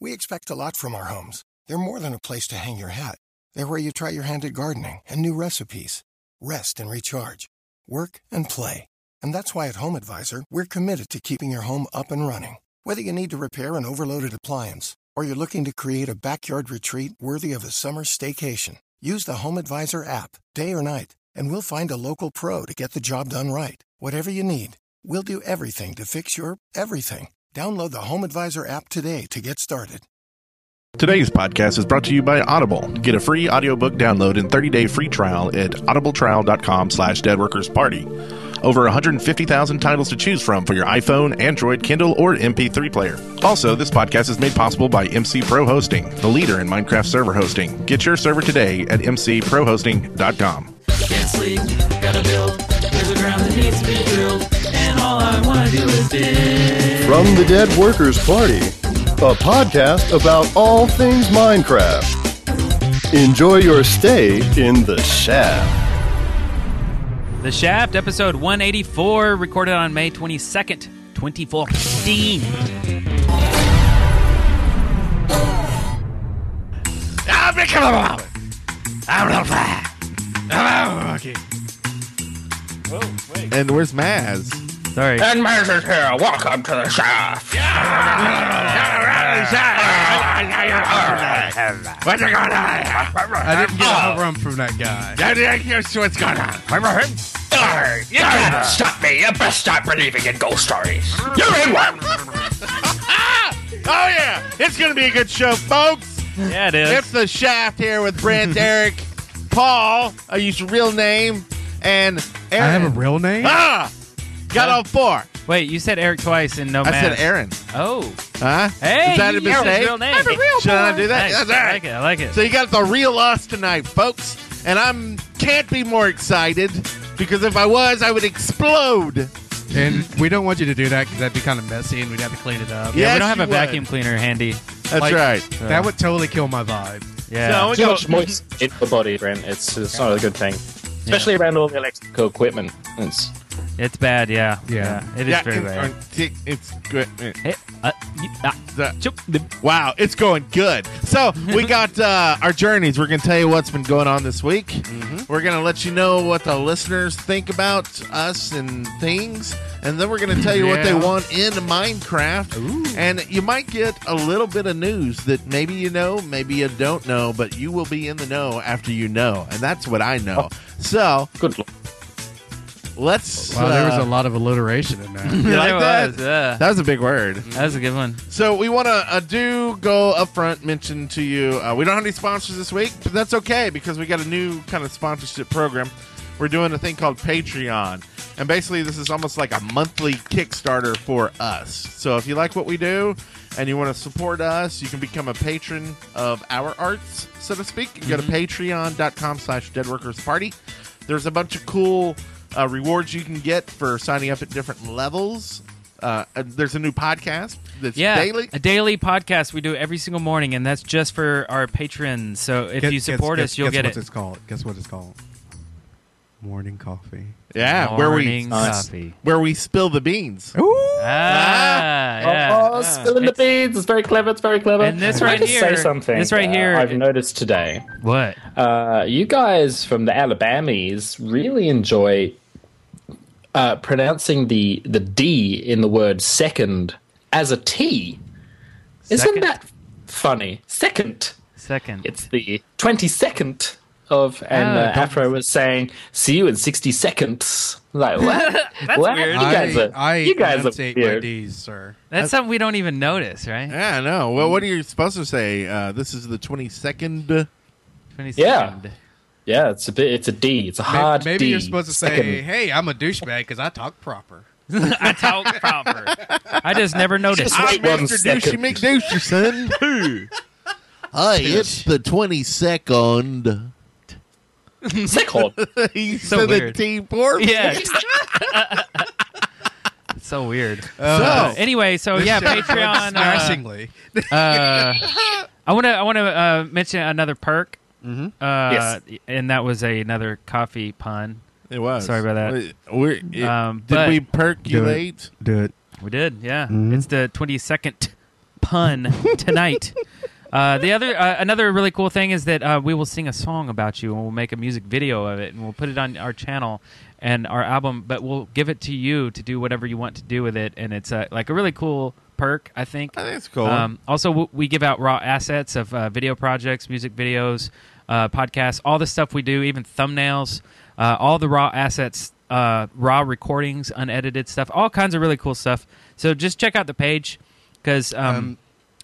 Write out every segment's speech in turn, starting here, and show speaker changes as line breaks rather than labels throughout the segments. We expect a lot from our homes. They're more than a place to hang your hat. They're where you try your hand at gardening and new recipes, rest and recharge, work and play. And that's why at Home Advisor, we're committed to keeping your home up and running. Whether you need to repair an overloaded appliance or you're looking to create a backyard retreat worthy of a summer staycation, use the Home Advisor app, day or night, and we'll find a local pro to get the job done right. Whatever you need, we'll do everything to fix your everything. Download the Home Advisor app today to get started.
Today's podcast is brought to you by Audible. Get a free audiobook download and 30-day free trial at audibletrial.com slash deadworkersparty. Over 150,000 titles to choose from for your iPhone, Android, Kindle, or MP3 player. Also, this podcast is made possible by MC Pro Hosting, the leader in Minecraft server hosting. Get your server today at mcprohosting.com.
Can't sleep, gotta build. There's a ground that needs to be drilled, and all I wanna do is dig.
From the Dead Workers Party, a podcast about all things Minecraft. Enjoy your stay in the shaft.
The Shaft, episode 184, recorded on May 22nd, 2014.
And where's Maz?
Sorry.
And Mrs. here. Welcome to the shaft. Ah, What's going on? I didn't get a rum from that guy. What's going on? Remember him? You can't stop me. You best stop believing in ghost stories. You're in one.
Oh, yeah. It's going to be a good show, folks.
Yeah, it is.
It's the Shaft here with Brent, Eric, Paul. I use your real name, and Aaron.
I have a real name.
ah, got all four.
Wait, you said Eric twice and no
I said
Matt.
Aaron.
Oh.
Huh?
Hey,
is that a
you used his
mistake?
real name. I have a
real Should I not do that?
Nice.
That's all
I
right.
like it. I like it.
So you got the real us tonight, folks, and I'm can't be more excited because if I was, I would explode.
And we don't want you to do that because that'd be kind of messy, and we'd have to clean it up.
yeah,
Yes,
we don't have
you
a vacuum
would.
cleaner handy.
That's
Like-
right.
That would totally kill my vibe.
Yeah.
too much moist in the body, Brent. It's, it's not a good thing, especially around all the electrical equipment. It's-
It's bad, yeah.
Yeah.
It is
Yeah,
very
it's-
bad.
It's good.
Hey, uh, you- ah,
The-
chup, the-
Wow, it's going good. So we got uh, our journeys. We're going to tell you what's been going on this week.
Mm-hmm.
We're going to let you know what the listeners think about us and things, and then we're going to tell you what they
Yeah.
want in Minecraft. And you might get a little bit of news that maybe you know, maybe you don't know, but you will be in the know after you know, and that's what I know.
Oh.
So
good. Lord.
let's.
Wow, there was
uh,
a lot of alliteration in that.
You like
there
that?
was, yeah.
That was a big word.
That was a good one.
So we want to uh, do go up front mention to you. Uh, we don't have any sponsors this week, but that's okay because we got a new kind of sponsorship program. We're doing a thing called Patreon, and basically this is almost like a monthly Kickstarter for us. So if you like what we do and you want to support us, you can become a patron of our arts, so to speak. You
Mm-hmm.
Go to patreon.com/slash deadworkersparty. There's a bunch of cool uh, rewards you can get for signing up at different levels. Uh, uh, there's a new podcast that's
Yeah,
daily.
a daily podcast we do every single morning, and that's just for our patrons. So if
Guess-
you support
guess-
us, you'll
guess
get
what
it.
it's called. Guess what it's called? Morning coffee.
Yeah,
Morning
where we
Nice.
coffee.
where we spill the beans.
Ah, yeah.
Oh, spilling the beans. It's very clever. It's very clever.
And this
Can
right
I just
here-
Say something.
this right
uh,
here-
I've noticed today.
What?
Uh, you guys from the Alabamies really enjoy uh, pronouncing the the D in the word second as a T. Isn't
Second?
that funny? Second.
Second.
It's the 22nd of, and
Ah,
uh, Afro was saying, see you in 60 seconds. Like, what? That's
weird.
You guys
I,
are,
I
you guys are
enunciate my
weird.
D's, sir.
That's something we don't even notice, right?
Yeah, I know. Well, what are you supposed to say? Uh, this is the twenty second.
22nd.
Yeah. Yeah, it's a bit, it's a D. It's a
May-
hard
Maybe
D.
you're supposed to say,
Second.
"Hey, I'm a douchebag because I talk proper."
I talk proper. I just never noticed.
Ah,
Just wait one
Douchey
second.
McDoucher, son. Hi, it's the twenty second.
Second.
He
So
said the
weird.
T four.
yeah. It's so weird. Uh,
so
anyway, so yeah,
Shit,
Patreon. uh,
smashingly.
uh, I want to I want to uh, mention another perk. Uh,
Yes.
And that was a, another coffee pun.
it was.
Sorry about that.
We- We're, it-
Um,
did
but-
we percolate?
Do it.
We did, yeah. It's the twenty second pun tonight. Uh, the other, uh, another really cool thing is that uh, we will sing a song about you, and we'll make a music video of it, and we'll put it on our channel and our album. But we'll give it to you to do whatever you want to do with it, and it's uh, like a really cool perk, I think.
I think it's a cool one.
Um, also, w- we give out raw assets of uh, video projects, music videos, uh, podcasts, all the stuff we do, even thumbnails, uh, all the raw assets, uh, raw recordings, unedited stuff, all kinds of really cool stuff. So just check out the page because um,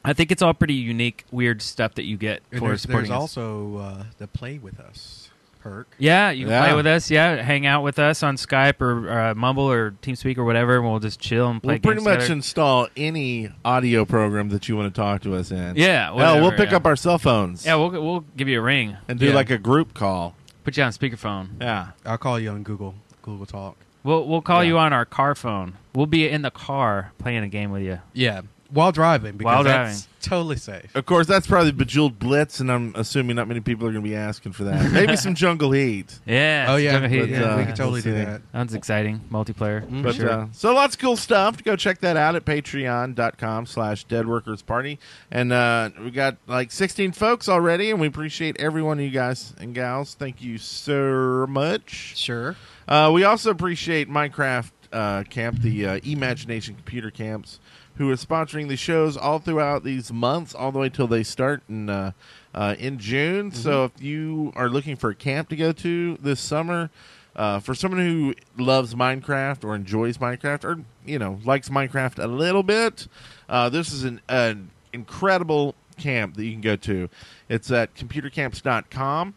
I think it's all pretty unique, weird stuff that you get
And
for
there's,
supporting
there's
us.
also uh, the play with us perk.
Yeah, you can
Yeah.
play with us. Yeah, hang out with us on Skype or uh, Mumble or TeamSpeak or whatever, and we'll just chill and play
We'll pretty
games
much
together.
install any audio program that you want to talk to us in.
Yeah,
Hell, we'll
whatever,
pick
yeah.
up our cell phones.
yeah, we'll we'll give you a ring
and do
Yeah.
like a group call.
put you on speakerphone.
Yeah.
I'll call you on Google Google Talk.
We'll we'll call you on our car phone. We'll be in the car playing a game with you.
Yeah, while driving because
While
that's totally safe.
Of course, that's probably Bejeweled Blitz, and I'm assuming not many people are going to be asking for that. Maybe some Jungle Heat.
Yeah.
oh yeah,
Jungle Heat,
yeah,
uh,
we could totally do
let's see.
that.
Sounds exciting. Multiplayer. for
But,
sure.
uh, so lots of cool stuff. Go check that out at patreon.com slash dead workers party. And uh, we got like 16 folks already, and we appreciate every one of you guys and gals. Thank you so much.
Sure.
Uh, we also appreciate Minecraft uh, Camp, the uh, Imagination Computer Camps, who are sponsoring the shows all throughout these months, all the way till they start in uh, uh, in June. So if you are looking for a camp to go to this summer. Uh, for someone who loves Minecraft or enjoys Minecraft or you know likes Minecraft a little bit, uh, this is an, an incredible camp that you can go to. It's at computercamps.com.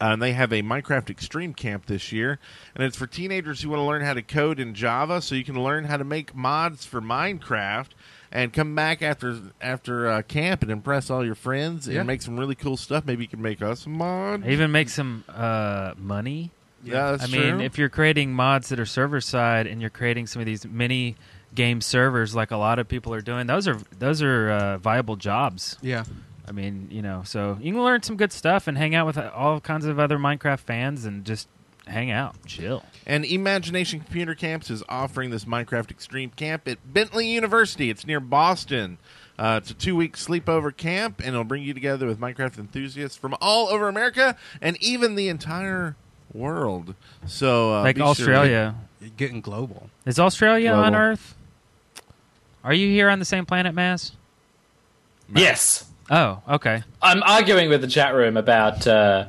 Uh, and they have a Minecraft Extreme Camp this year, and it's for teenagers who want to learn how to code in Java, so you can learn how to make mods for Minecraft, and come back after after uh, camp and impress all your friends and
Yeah.
make some really cool stuff. Maybe you can make us a mod.
Even make some uh, money.
Yeah, that's
I mean,
true.
if you're creating mods that are server side and you're creating some of these mini game servers like a lot of people are doing, those are those are uh, viable jobs.
Yeah.
I mean, you know, so you can learn some good stuff and hang out with uh, all kinds of other Minecraft fans and just hang out, chill.
And Imagination Computer Camps is offering this Minecraft Extreme Camp at Bentley University. It's near Boston. Uh, it's a two week sleepover camp, and it'll bring you together with Minecraft enthusiasts from all over America and even the entire world. So, uh,
like
be sure-
Australia.
Getting global.
Is Australia on
Global.
Earth? Are you here on the same planet, Mass?
Yes.
Oh, okay.
I'm arguing with the chat room about uh,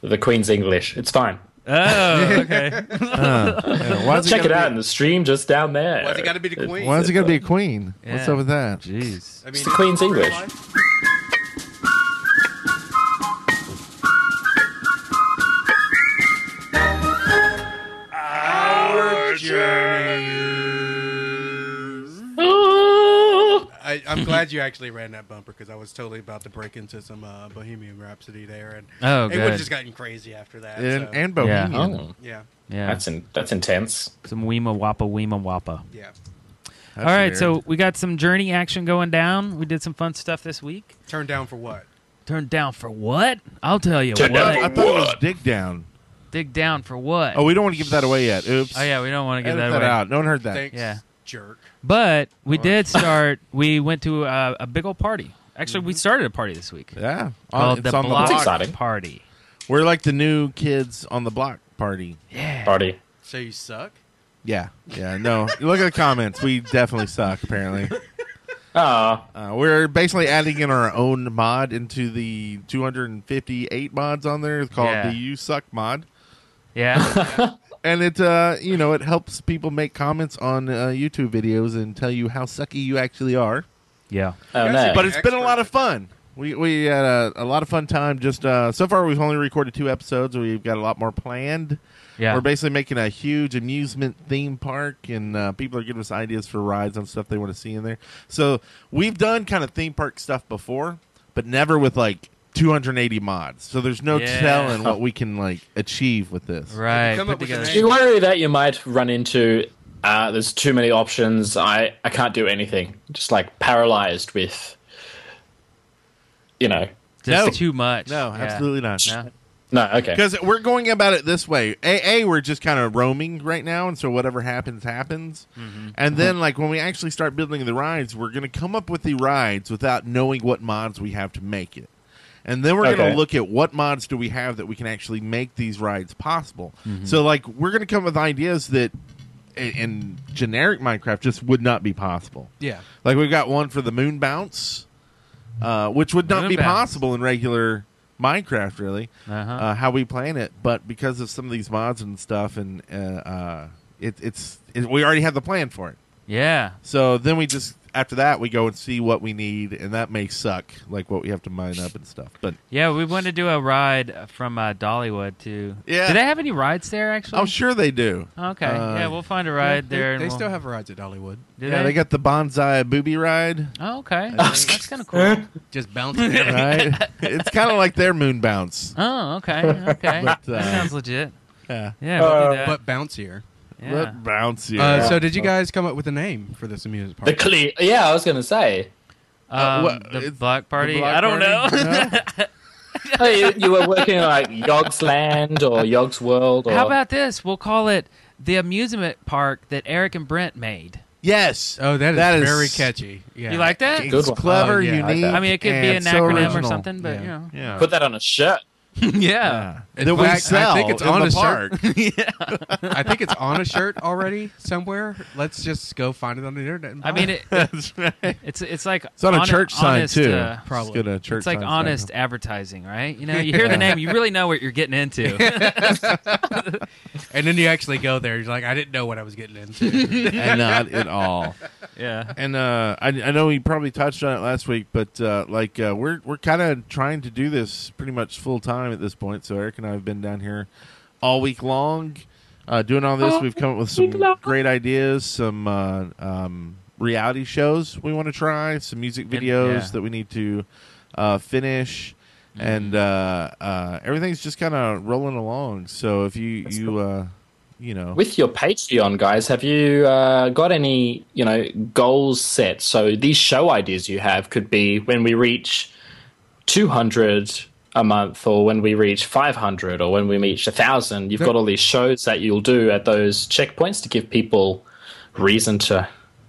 the Queen's English. It's fine.
Oh, okay.
Yeah, why is
Check it
gotta
out in the stream just down there.
Why's it got to be the
be-
queen?
Why is it going to be a queen? What's
Yeah.
up with that?
Jeez.
I mean,
It's the Queen's English.
I, I'm glad you actually ran that bumper because I was totally about to break into some uh, Bohemian Rhapsody there, and
Oh,
it would
good.
have just gotten crazy after that.
And,
so-
and Bohemian.
Oh,
yeah,
yeah.
that's in, that's intense.
Some Weema Wappa Weema Wappa.
yeah.
That's
All right,
weird.
so we got some journey action going down. We did some fun stuff this week.
Turned down for what?
Turned down for what? I'll tell you
Turned
what.
down
I thought it was Oh. dig down.
Dig down for what?
Oh, we don't want to give that away yet. Oops.
Oh, yeah, we don't want to give
Edit
that
that,
away.
out. Oh. No one heard that.
Thanks,
Yeah.
jerk.
But we did start. we went to a, a big old party. Actually, we started a party this week
yeah.
called
Mm-hmm. Uh, it's
the
on
Block
That's exciting.
Party.
We're like the new kids on the block party.
Party.
So you suck.
Yeah, yeah, no. You Look at the comments. We definitely suck. Apparently,
Ah,
uh, we're basically adding in our own mod into the 258 mods on there. It's called
Yeah.
the "You Suck" mod,
Yeah,
and it, uh, you know, it helps people make comments on uh, YouTube videos and tell you how sucky you actually are.
yeah.
oh
Yes,
no.
But it's been a
Expert.
lot of fun. We we had a, a lot of fun time. Just uh, so far, we've only recorded two episodes. We've got a lot more planned.
Yeah.
We're basically making a huge amusement theme park, and uh, people are giving us ideas for rides on stuff they want to see in there. So we've done kind of theme park stuff before, but never with like 280 mods. So there's no
Yeah.
telling what we can like achieve with this.
right.
come
put
up with a
together-
Do you worry that you might run into uh, there's too many options. I, I can't do anything. Just like paralyzed with, you know,
Just
No.
too much.
No,
Yeah.
absolutely not.
No.
No, okay.
Because we're going about it this way. A, a we're just kind of roaming right now, and so whatever happens, happens.
Mm-hmm.
And then, like, when we actually start building the rides, we're going to come up with the rides without knowing what mods we have to make it. And then we're going
Okay.
to look at what mods do we have that we can actually make these rides possible.
Mm-hmm.
So, like, we're going to come up with ideas that i- in generic Minecraft just would not be possible.
Yeah.
Like, we've got one for the moon bounce, uh, which would not
Moon
be
bounce.
possible in regular Minecraft, really
Uh-huh.
uh, how we plan it, but because of some of these mods and stuff, and uh, uh, it, it's it, we already have the plan for it.
Yeah.
So then we just after that we go and see what we need, and that may suck, like what we have to mine up and stuff. But
Yeah, we wanted to do a ride from uh, Dollywood to.
Yeah. Oh,
Do they have any rides there, actually?
I'm sure they do.
Okay.
Uh,
yeah, we'll find a ride
They-
there.
They,
and we'll-
still have rides at Dollywood.
Do
yeah, they got the bonsai booby ride,
Oh, okay. That's kind of cool.
Just bouncing. around.
right? it's kind of like their moon bounce.
oh, okay. Okay.
But, uh,
that sounds legit.
Yeah,
Yeah, we'll do that.
but bouncier.
yeah.
Let bounce you.
Uh, so, did you guys come up with a name for this amusement
The
park?
cle- Yeah, I was gonna say.
Um,
uh, what-
the
it's-
block party.
block
I don't
party?
know.
Oh, you, you were working on like Yogg's Land or Yogg's World. Or,
How about this? We'll call it the amusement park that Eric and Brent made.
yes.
oh, that is
That is-
very catchy. Yeah.
You like that?
It's
Good one.
clever,
Oh, yeah, I like
unique.
I mean, it could be an
and so
acronym or
original.
something, but you know.
Yeah.
put that on a shirt?
yeah.
In
that we
fact,
sell
I think it's
in
on
the
a
park.
shirt. I think it's on a shirt already somewhere. Let's just go find it on the internet. And buy
I mean, it,
That's right.
it's it's like
It's on a
hone-
church sign
honest,
too.
uh,
probably.
It's, got a church
it's like
sign
honest
sign.
advertising, right? You know, you hear the name, you really know what you're getting into.
and then you actually go there. You're like, I didn't know what I was getting into.
and not at all.
yeah.
And uh, I, I know we probably touched on it last week, but uh, like uh, we're we're kind of trying to do this pretty much full time at this point. So Eric and I have been down here all week long uh, doing all this. We've come up with some great ideas, some uh, um, reality shows we want to try, some music videos
yeah.
that we need to uh, finish. And uh, uh, everything's just kind of rolling along. So if you you uh, you know
With your Patreon guys, have you uh, got any you know goals set? So these show ideas you have could be when we reach two hundred a month, or when we reach five hundred, or when we reach thousand. You've got all these shows that you'll do at those checkpoints to give people reason to.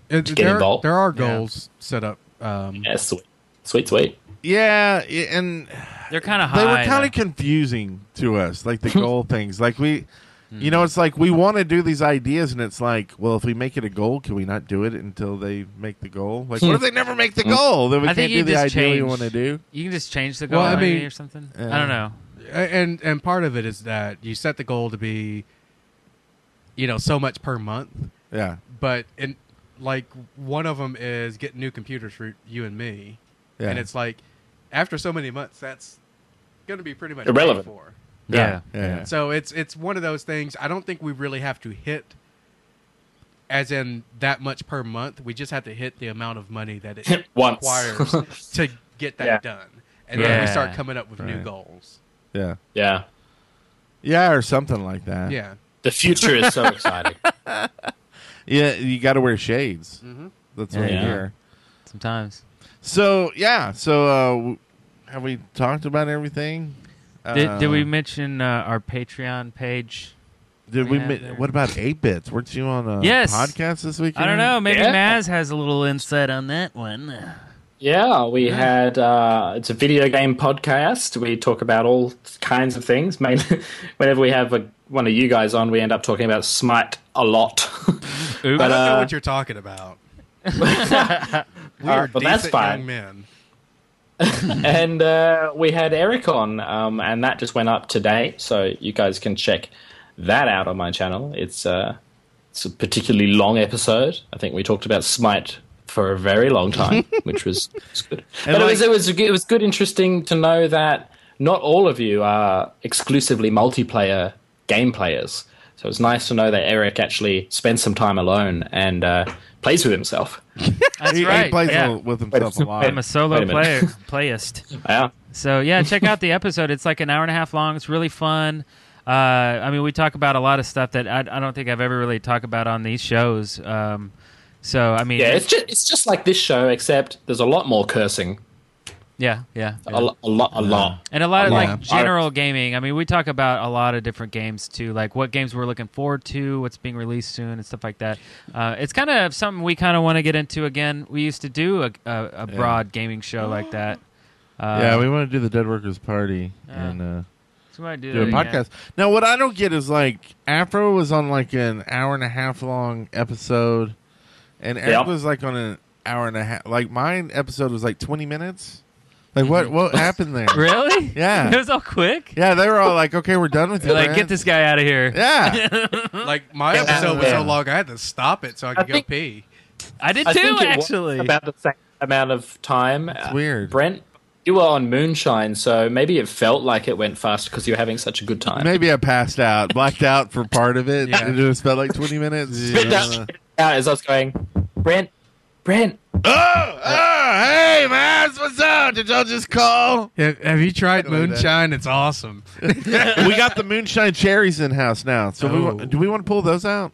It-
Get
there,
involved.
there are goals set up. Um,
Yeah, sweet, sweet, sweet.
yeah, i- and
They're kind of high.
they were kind
though.
of confusing to us, like the goal things. Like we, you know, it's like we want to do these ideas, and it's like, well, if we make it a goal, can we not do it until they make the goal? Like, what if they never make the goal? Then we
Hmm. I
can't
think you
do the idea
just
we
change-
want to do.
You can just change the goal
Well, I
maybe,
mean,
or something.
uh,
I don't know.
and and part of it is that you set the goal to be, you know, so much per month.
Yeah,
But in like one of them is get new computers for you and me,
Yeah.
and it's like after so many months, that's going to be pretty much
Irrelevant.
paid for.
Yeah.
yeah. yeah.
So it's it's one of those things. I don't think we really have to hit, as in that much per month. We just have to hit the amount of money that it
Once.
requires to get that
Yeah.
done, and then we
Yeah.
start coming up with new
Right.
goals.
yeah,
Yeah,
yeah, or something like that.
Yeah,
the future is so exciting.
yeah. You got to wear shades. That's right
Yeah.
here.
Sometimes.
So yeah, so uh, w- have we talked about everything?
Did, did
Um,
we
Uh,
mention uh, our Patreon page?
Did
we
we?
have
mi-
there?
what about eight bits? Weren't you on a
Yes.
podcast this weekend?
I don't know. Maybe
Yeah.
Maz has a little insight on that one.
Yeah, we had uh, it's a video game podcast. We talk about all kinds of things. Mainly, whenever we have a, one of you guys on, we end up talking about Smite a lot.
Oops.
But,
I don't know
uh,
what you're talking about. we are
but that's
decent
fine.
young men.
and uh, we had Eric on, um, and that just went up today, so you guys can check that out on my channel. It's uh, it's a particularly long episode. I think we talked about Smite for a very long time, which was, was good. But it was
like-
it was it was good, interesting to know that not all of you are exclusively multiplayer game players. So it's nice to know that Eric actually spends some time alone and uh, plays with himself.
That's
He,
right.
he plays
yeah.
al- with himself a lot.
I'm a solo
Wait a
player,
minute.
playist.
Yeah.
So yeah, check out the episode. It's like an hour and a half long. It's really fun. Uh, I mean, we talk about a lot of stuff that I, I don't think I've ever really talked about on these shows. Um, so I mean,
Yeah, it's just it's just like this show, except there's a lot more cursing.
Yeah, yeah.
A, lo- a lot, a lot.
And a lot of
Yeah.
like general gaming. I mean, we talk about a lot of different games too, like what games we're looking forward to, what's being released soon, and stuff like that. Uh, it's kind of something we kind of want to get into again. We used to do a, a, a broad gaming show like that. Uh,
yeah, we want to do the Dead Workers Party and uh,
so we might do,
do a
that again.
podcast. Now, what I don't get is like Afro was on like an hour and a half long episode, and Eric
Yeah.
was like on an hour and a half. Like mine episode was like twenty minutes. Like what what happened there?
Really?
Yeah.
it was all quick.
Yeah, they were all like, "Okay, we're done with you."
They're like,
man."
get this guy out of here.
Yeah,
Like my episode was
Yeah.
so long, I had to stop it so I could go
think-
pee.
I did
I
too,
think it was
actually.
about the same amount of time. Uh,
it's weird.
Brent, you were on moonshine, so maybe it felt like it went fast because you were having such a good time.
Maybe I passed out, blacked out for part of it.
Yeah.
and It just felt like twenty minutes.
Spit that shit out as I was going, Brent, Brent.
Oh, oh, hey, Maz, what's up? Did y'all just call?
Have, have you
like
tried
that.
moonshine? It's awesome.
we got the moonshine cherries in house now. So we wa-
Oh.
do we want to pull those out?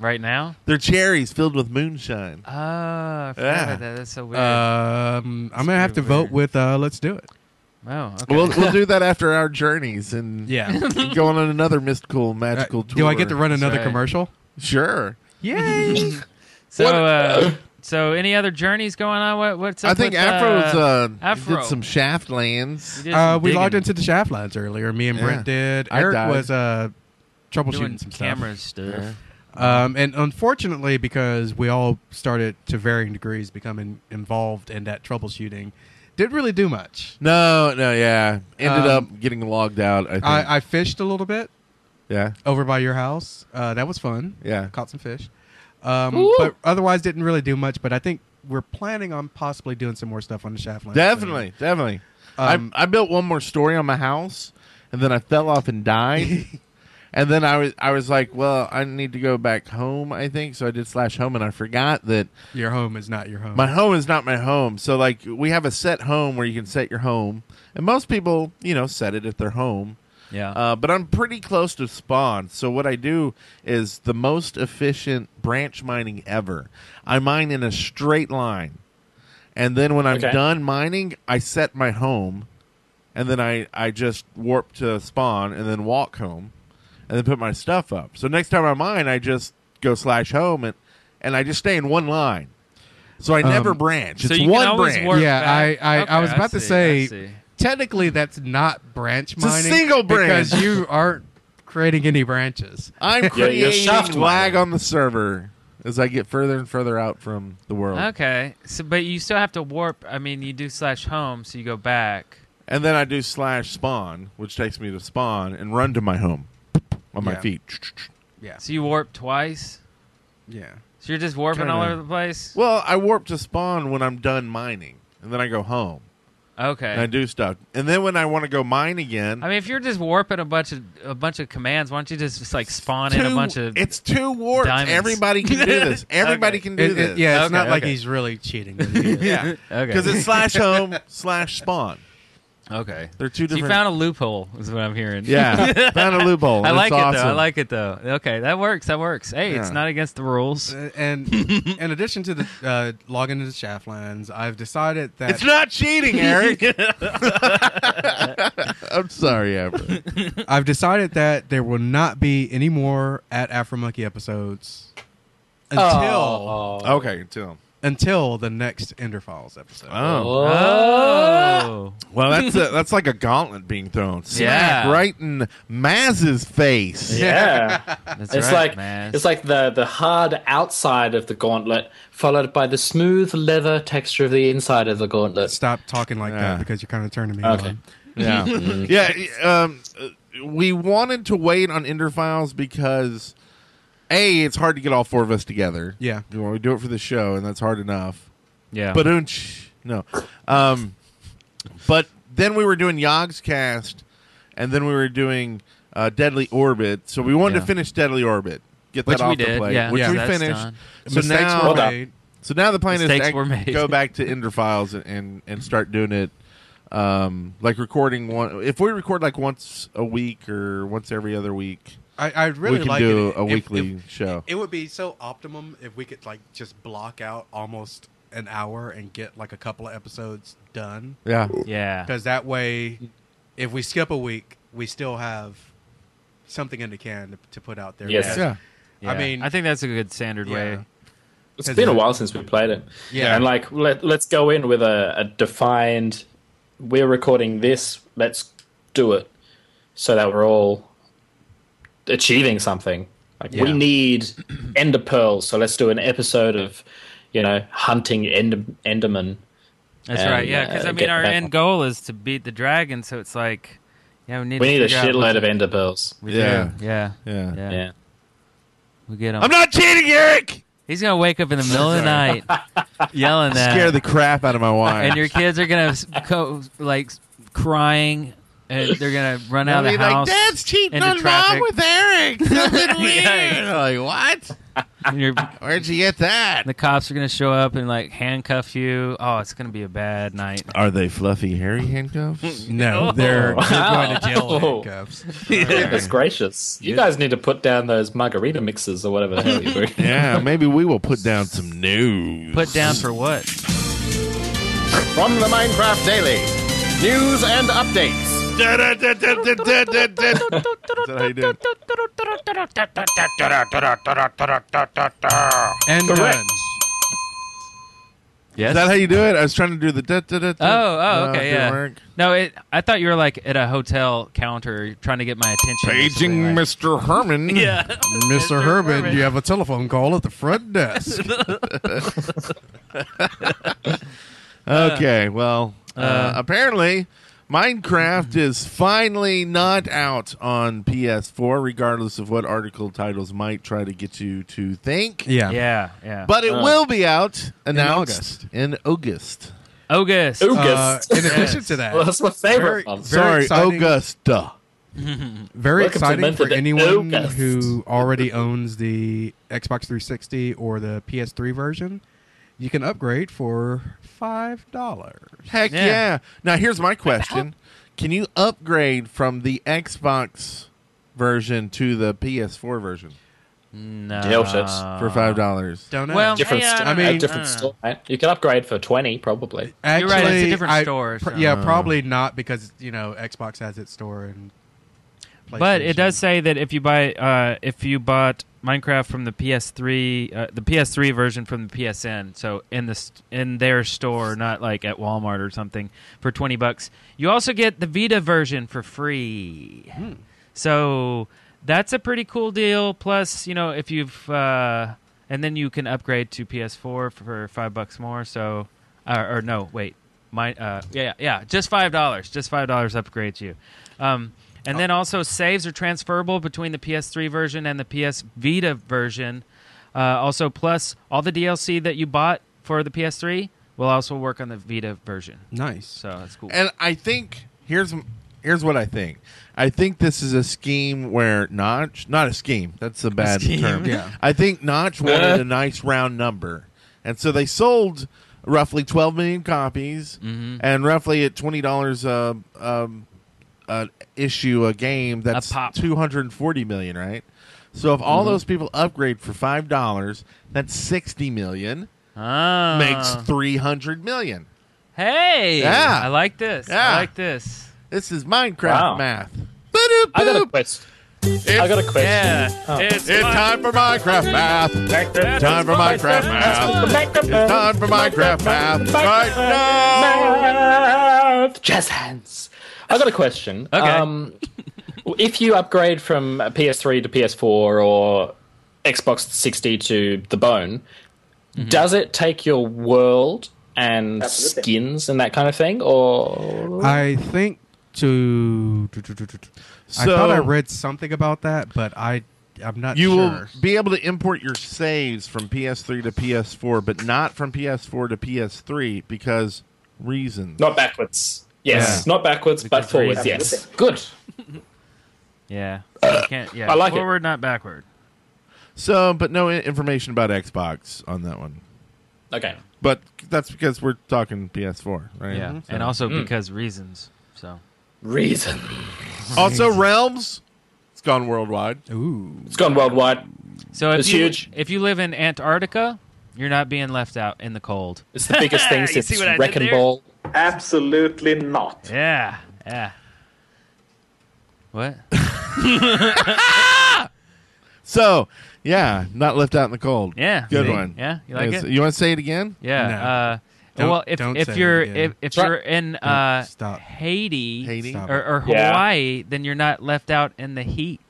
Right now?
They're cherries filled with moonshine.
Oh, I forgot
Yeah. Uh,
about that. That's so weird.
Um, I'm gonna have to
pretty weird.
vote with uh, let's do it.
oh, okay.
We'll we'll do that after our journeys and
Yeah.
go on another mystical magical
Uh,
tour.
do I get to run another
right.
commercial?
Sure.
Yay!
so, uh, so any other journeys going on? What, what's up
I think
with,
Afro's
uh,
uh,
Afro.
did some shaft lands.
you did
uh,
some
we logged
digging,
into the shaft lines earlier. Me and Brent did.
I
Eric
died.
was uh, troubleshooting
doing
some stuff.
camera stuff.
Um, and unfortunately, because we all started to varying degrees becoming involved in that troubleshooting, didn't really do much.
No, no, yeah. Ended
Um,
up getting logged out. I think.
I, I fished a little bit
yeah,
over by your house. Uh, that was fun.
yeah.
Caught some fish. Um, but otherwise, didn't really do much. But I think we're planning on possibly doing some more stuff on the shaft line.
Definitely, definitely.
Um,
I I built one more story on my house, and then I fell off and died. and then I was I was like, well, I need to go back home. I think so. I did slash home, and I forgot that
Your home is not your home.
my home is not my home. So like we have a set home where you can set your home, and most people you know set it at their home.
Yeah.
Uh, but I'm pretty close to spawn. So what I do is the most efficient branch mining ever. I mine in a straight line. And then when I'm
Okay.
done mining, I set my home. And then I, I just warp to spawn and then walk home and then put my stuff up. So next time I mine, I just go slash home and, and I just stay in one line. So I never branch.
Um, so
It's
you can
one
always
branch.
work
yeah,
back.
I, I, I
Okay,
was
I
about to
see, I see.
say, technically, that's not branch
a
mining.
single branch.
Because you aren't creating any branches.
I'm
you're
creating
shaft
lag
mining.
on the server as I get further and further out from the world.
Okay, so but you still have to warp. I mean, you do slash home, so you go back.
And then I do slash spawn, which takes me to spawn and run to my home on my
Yeah.
feet.
So you warp twice.
Yeah.
So you're just warping all
Kinda.
over the place.
Well, I warp to spawn when I'm done mining, and then I go home
Okay.
and I do stuff. And then when I want to go mine again,
I mean, if you're just warping a bunch of a bunch of commands, why don't you just, just, like spawn in a
two-
bunch of?
it's two warps.
diamonds.
Everybody can do this. Everybody
Okay.
can do
It- it-
this.
yeah, it's not like
okay.
he's really cheating.
yeah,
Okay.
because it's slash home slash spawn.
okay.
They're two
So
different.
you found a loophole, is what I'm hearing.
yeah, found a loophole.
I
and
like
it's
it
awesome.
though. I like it though. Okay, that works. That works. Hey, it's
Yeah.
not against the rules.
and in addition to the uh, logging into the shaft lines, I've decided that
It's not cheating, Eric. I'm sorry, Eric.
I've decided that there will not be any more at Afro Monkey episodes until
Oh.
Okay, tell him.
until the next Ender Falls episode.
Oh.
Oh,
Well, that's a, that's like a gauntlet being thrown. Smack
Yeah.
right in Maz's face.
Yeah.
that's
It's
right,
like
man.
it's like the the hard outside of the gauntlet, followed by the smooth leather texture of the inside of the gauntlet.
Stop talking like
Yeah.
that because you're kind of turning me
Okay.
on.
Yeah,
Mm-hmm.
yeah. Um, uh, we wanted to wait on Ender Files because a it's hard to get all four of us together.
Yeah.
You know, we do it for the show, and that's hard enough.
yeah.
But no, um, but then we were doing Yogg's cast, and then we were doing uh, Deadly Orbit. So we wanted
Yeah.
to finish Deadly Orbit. Get that
Which we
off the
did,
plate,
yeah.
which
Yeah,
we
that's
finished.
done.
So
Mistakes
now
were
Hold up.
made.
So now the plan
Mistakes
is to
were made.
go back to Ender Files and, and, and start doing it, um, like recording one. If we record like once a week or once every other week,
I, I really
we can
like
do
it.
a
If-
weekly
if-
show.
It would be so optimum if we could like just block out almost an hour and get like a couple of episodes done
Yeah.
Yeah.
because that way, if we skip a week, we still have something in the can to, to put out there.
Yes.
Because-
Yeah.
I mean-
I think that's a good standard way.
Yeah.
It's
Has
been a
it-
while since we played it.
Yeah.
And like let let's go in with a, a defined we're recording this, let's do it. So that we're all achieving something. Like we
Yeah.
need ender pearls, so let's do an episode of, you know, hunting ender enderman.
That's
And,
right. Yeah, because
uh,
I mean,
get
our
back
end
on-
goal is to beat the dragon, so it's like, yeah, we need.
We
to
need a
figure out what
shitload of
to-
ender pearls.
we
Yeah.
do. Yeah.
Yeah.
Yeah.
Yeah.
We get him.
I'm not cheating, Eric.
He's gonna wake up in the middle of the night yelling that,
Scare the crap out of my wife.
and your kids are gonna s- go, like crying, and they're gonna run out of the house.
cheating
into traffic.
Eric. Something
Yeah.
Like what?
and you're-
Where'd you get that?
the cops are gonna show up and like handcuff you. Oh, it's gonna be a bad night.
Are they fluffy, hairy handcuffs?
Oh.
No, they're,
Wow.
they're going to jail in
Oh.
handcuffs.
Goodness gracious. You guys need to put down those margarita mixes or whatever the hell you're doing.
yeah, maybe we will put down some news.
Put down for what?
From the Minecraft Daily, news and updates.
Da, da, da, da, da, da, da, da. Is that how you do it?
And done.
Yes.
Is that how you do it? I was trying to do the da, da, da, da.
Oh, oh,
No, it
okay,
didn't
yeah.
work.
No, it, I thought you were like at a hotel counter trying to get my attention. or
Paging
something, like-
Mr. Herman.
Yeah.
Mr. Herman, you have a telephone call at the front desk.
Okay, well, uh, apparently Minecraft is finally not out on PS4, regardless of what article titles might try to get you to think.
yeah.
Yeah, yeah.
But it will be out announced
August.
in August.
August.
Uh,
Oogus.
in addition to that,
well, that's my favorite
Very-
one.
Oh,
Very
Sorry,
exciting.
Augusta.
very
Welcome to
exciting for
Memphis,
anyone
Oh,
August.
who already owns the Xbox 360 or the PS3 version. You can upgrade for five dollars.
Heck yeah.
Yeah.
Now here's my question. Can you upgrade from the Xbox version to the PS4 version
No.
Jail shifts.
for five dollars?
Don't know.
Well,
Different
yeah, I,
st-
don't
I
know.
mean-
a
uh,
I
different
don't know.
store. right? You can upgrade for twenty, probably.
Actually,
You're right, it's a different store, so-
yeah, probably not because you know Xbox has its store and.
But it
PlayStation.
does say that if you buy, uh, if you bought Minecraft from the PS3, uh, the PS3 version from the PSN, so in the st- in their store, not like at Walmart or something, for twenty bucks, you also get the Vita version for free. So that's a pretty cool deal. Plus, you know, if you've uh, and then you can upgrade to PS4 for five bucks more. So, uh, or no, wait, my uh, yeah, yeah, just five dollars, just five dollars upgrades you. Um, and then also saves are transferable between the PS3 version and the PS Vita version. Uh, also, plus all the DLC that you bought for the PS3 will also work on the Vita version.
nice.
So that's cool.
And I think here's here's what I think. I think this is a scheme where Notch, not a scheme. That's a bad
scheme.
term.
Yeah.
I think Notch wanted a nice round number, and so they sold roughly 12 million copies, and roughly at twenty dollars a um, an issue a game. That's
pop.
240 million, right? So if all those people upgrade for five dollars, that's 60 million.
Ah.
Makes 300 million.
Hey,
Yeah.
I like this.
Yeah.
I like this.
This is Minecraft
Wow.
math.
I got a question. I got a question.
Yeah,
Oh.
it's,
It's time for Minecraft math. Time for Minecraft math. It's time for Minecraft math. Right now.
Jazz hands. I got a question.
Okay.
Um, if you upgrade from uh, PS3 to PS4 or Xbox 60 to the bone,
Mm-hmm.
does it take your world and skins and that kind of thing? Or
I think to. I
So-
thought I read something about that, but I I'm not
You
sure.
will be able to import your saves from PS3 to PS4, but not from PS4 to PS3 because reasons.
not backwards? Yes, not backwards, but forwards. Yes, good.
Yeah, You can't- yeah.
I like it.
forward, not backward.
So, but no i- information about Xbox on that one.
Okay.
But that's because we're talking PS4, right?
Yeah,
So-
and also because reasons. So
Reason.
also Realms. It's gone worldwide.
Ooh.
It's gone worldwide.
so if
It's
you
huge.
if you live in Antarctica, You're not being left out in the cold.
It's the biggest
You
thing since
see what I did
Wrecking
there?
Ball.
Absolutely not.
Yeah, yeah. What?
So, yeah, not left out in the cold.
Yeah.
Good
See?
one.
Yeah, you like
Yes.
it?
You want to say it again?
Yeah.
No.
Uh,
Don't-
well, if
don't say
if
it
you're
again.
if, if
Stop.
you're in uh,
Stop.
Haiti,
Haiti? Stop
or, or
Yeah.
Hawaii, then you're not left out in the heat.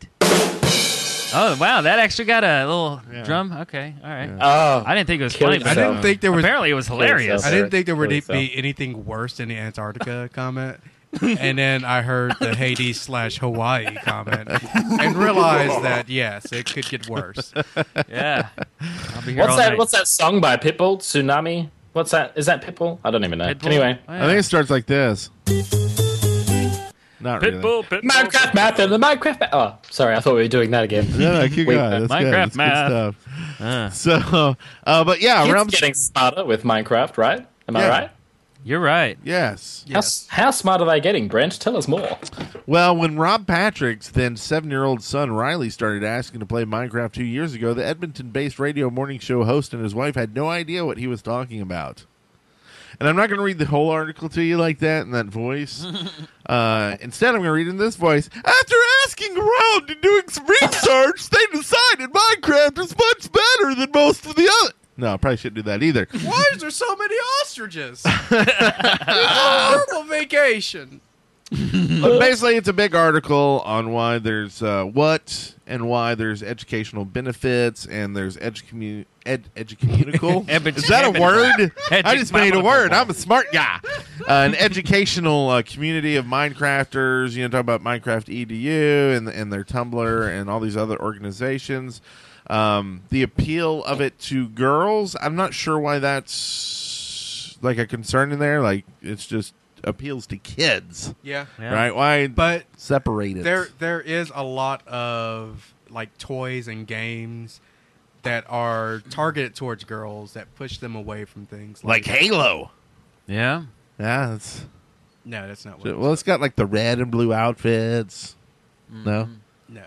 Oh wow, that actually got a little
Yeah.
drum. Okay, all right.
Oh,
I didn't think it was
Kill
funny, but
yourself.
I didn't think there was.
apparently it was hilarious.
I didn't think there would
Really so.
be anything worse than the Antarctica comment. and then I heard the Haiti slash Hawaii comment and realized that yes, it could get worse.
Yeah, I'll be here
what's
all
that?
night.
What's that song by Pitbull? Tsunami. What's that? Is that Pitbull? I don't even know.
Pitbull?
Anyway,
Oh,
I think it starts like this. Not really.
Minecraft math and the Minecraft. Math. Oh, sorry, I thought we were doing that again.
No, no, keep
Wait,
going. That's
Minecraft
good. That's
math. Ah.
good stuff. So, uh, but yeah,
It's
realms.
getting smarter with Minecraft, right? Am
Yeah.
I right?
You're right.
Yes.
How, how smart are they getting, Brent? Tell us more.
Well, when Rob Patrick's then seven year old son Riley started asking to play Minecraft two years ago, the Edmonton based radio morning show host and his wife had no idea what he was talking about. And I'm not going to read the whole article to you like that in that voice. uh, instead, I'm going to read it in this voice. After asking around and doing some research, they decided Minecraft is much better than most of the other. No, I probably shouldn't do that either.
Why is there so many ostriches? Horrible vacation.
but basically, it's a big article on why there's uh, what and why there's educational benefits and there's educommu- ed- educommunical.
Edu-
Is that a word? I just made a
Educommunical.
word. I'm a smart guy. Uh, an educational uh, community of Minecrafters. You know, talk about Minecraft Edu and and their Tumblr and all these other organizations. Um, the appeal of it to girls. I'm not sure why that's like a concern in there. Like it's just appeals to kids
Yeah.
Yeah.
right? Why
But
separated?
there there is a lot of like toys and games that are targeted towards girls that push them away from things
like Halo.
Yeah.
Yeah, that's
no that's not what
well. It's got like the red and blue outfits. No,
no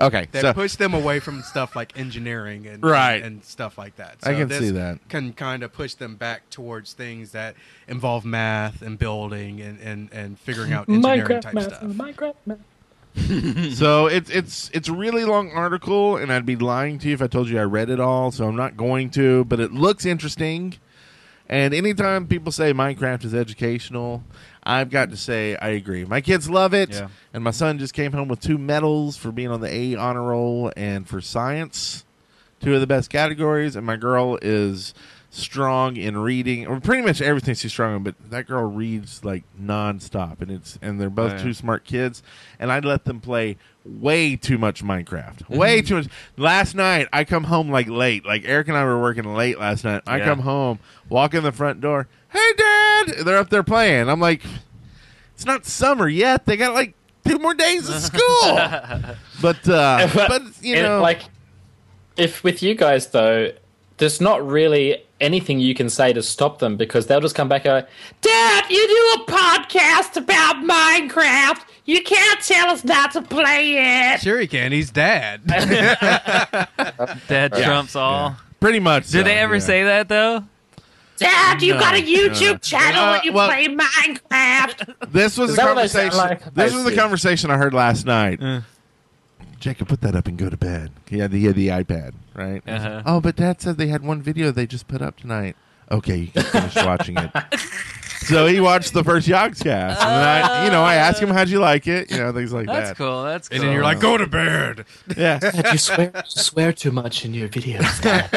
okay.
that
so
push them away from stuff like engineering and
Right.
and, stuff like that
I can
this
see that.
can kind of push them back towards things that involve math and building and and, and figuring out engineering type stuff
Minecraft math.
so it's it's it's a really long article, and I'd be lying to you if I told you I read it all. So I'm not going to, but it looks interesting. And anytime people say Minecraft is educational, I've got to say I agree. My kids love it,
Yeah.
and my son just came home with two medals for being on the A honor roll and for science, two of the best categories. And my girl is strong in reading, or pretty much everything she's strong in. But that girl reads like nonstop, and it's and they're both
Oh, yeah.
two smart kids. And I let them play way too much Minecraft, way
Mm-hmm.
too much. Last night I come home like late. Like Eric and I were working late last night. I
Yeah.
come home, walk in the front door. Hey, Dad! They're up there playing. I'm like, it's not summer yet. They got like two more days of school. but uh, but you
it-
know,
like if with you guys though, there's not really anything you can say to stop them because they'll just come back and go, Dad, you do a podcast about Minecraft. You can't tell us not to play it.
sure he can he's dad
That trumps all.
pretty much.
Did they ever say that though?
Dad, you got a YouTube channel
Uh,
where you
well-
play Minecraft.
this was
Is
the
that what they sound
conversation?
like?
This
I
was the
see.
conversation I heard last night. Jacob, put that up and go to bed. He had the, he had the iPad, right?
Uh-huh.
Oh, but Dad said they had one video they just put up tonight. Okay, you can finish watching it. So he watched the first Yogscast, and then I, you know, I asked him how'd you like it, you know, things like
That's
that.
cool. That's cool.
and then you're like go to bed
Yeah,
Dad, you swear you swear too much in your videos. Dad.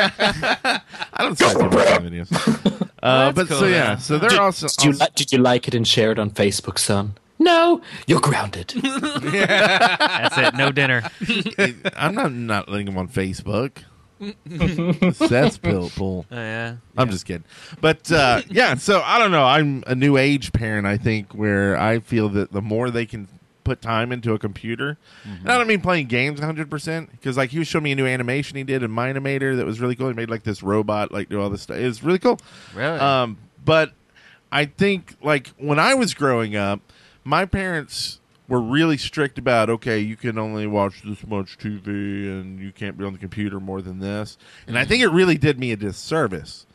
I don't sweat too much on videos. Uh,
That's
but so
cool,
yeah,
man.
so they're also,
Did you, li- did you like it and share it on Facebook, son? No, you're grounded.
That's it. No dinner.
I'm not not letting them on Facebook. That's Pitbull.
Oh, yeah.
I'm just kidding. But uh, yeah, so I don't know. I'm a new age parent, I think, where I feel that the more they can put time into a computer, and I don't mean playing games 100%, because like he was showing me a new animation he did in My Animator that was really cool. He made like this robot, like do all this stuff. It was really cool.
Really?
Um, but I think like when I was growing up, my parents were really strict about okay, you can only watch this much TV and you can't be on the computer more than this. And I think it really did me a disservice.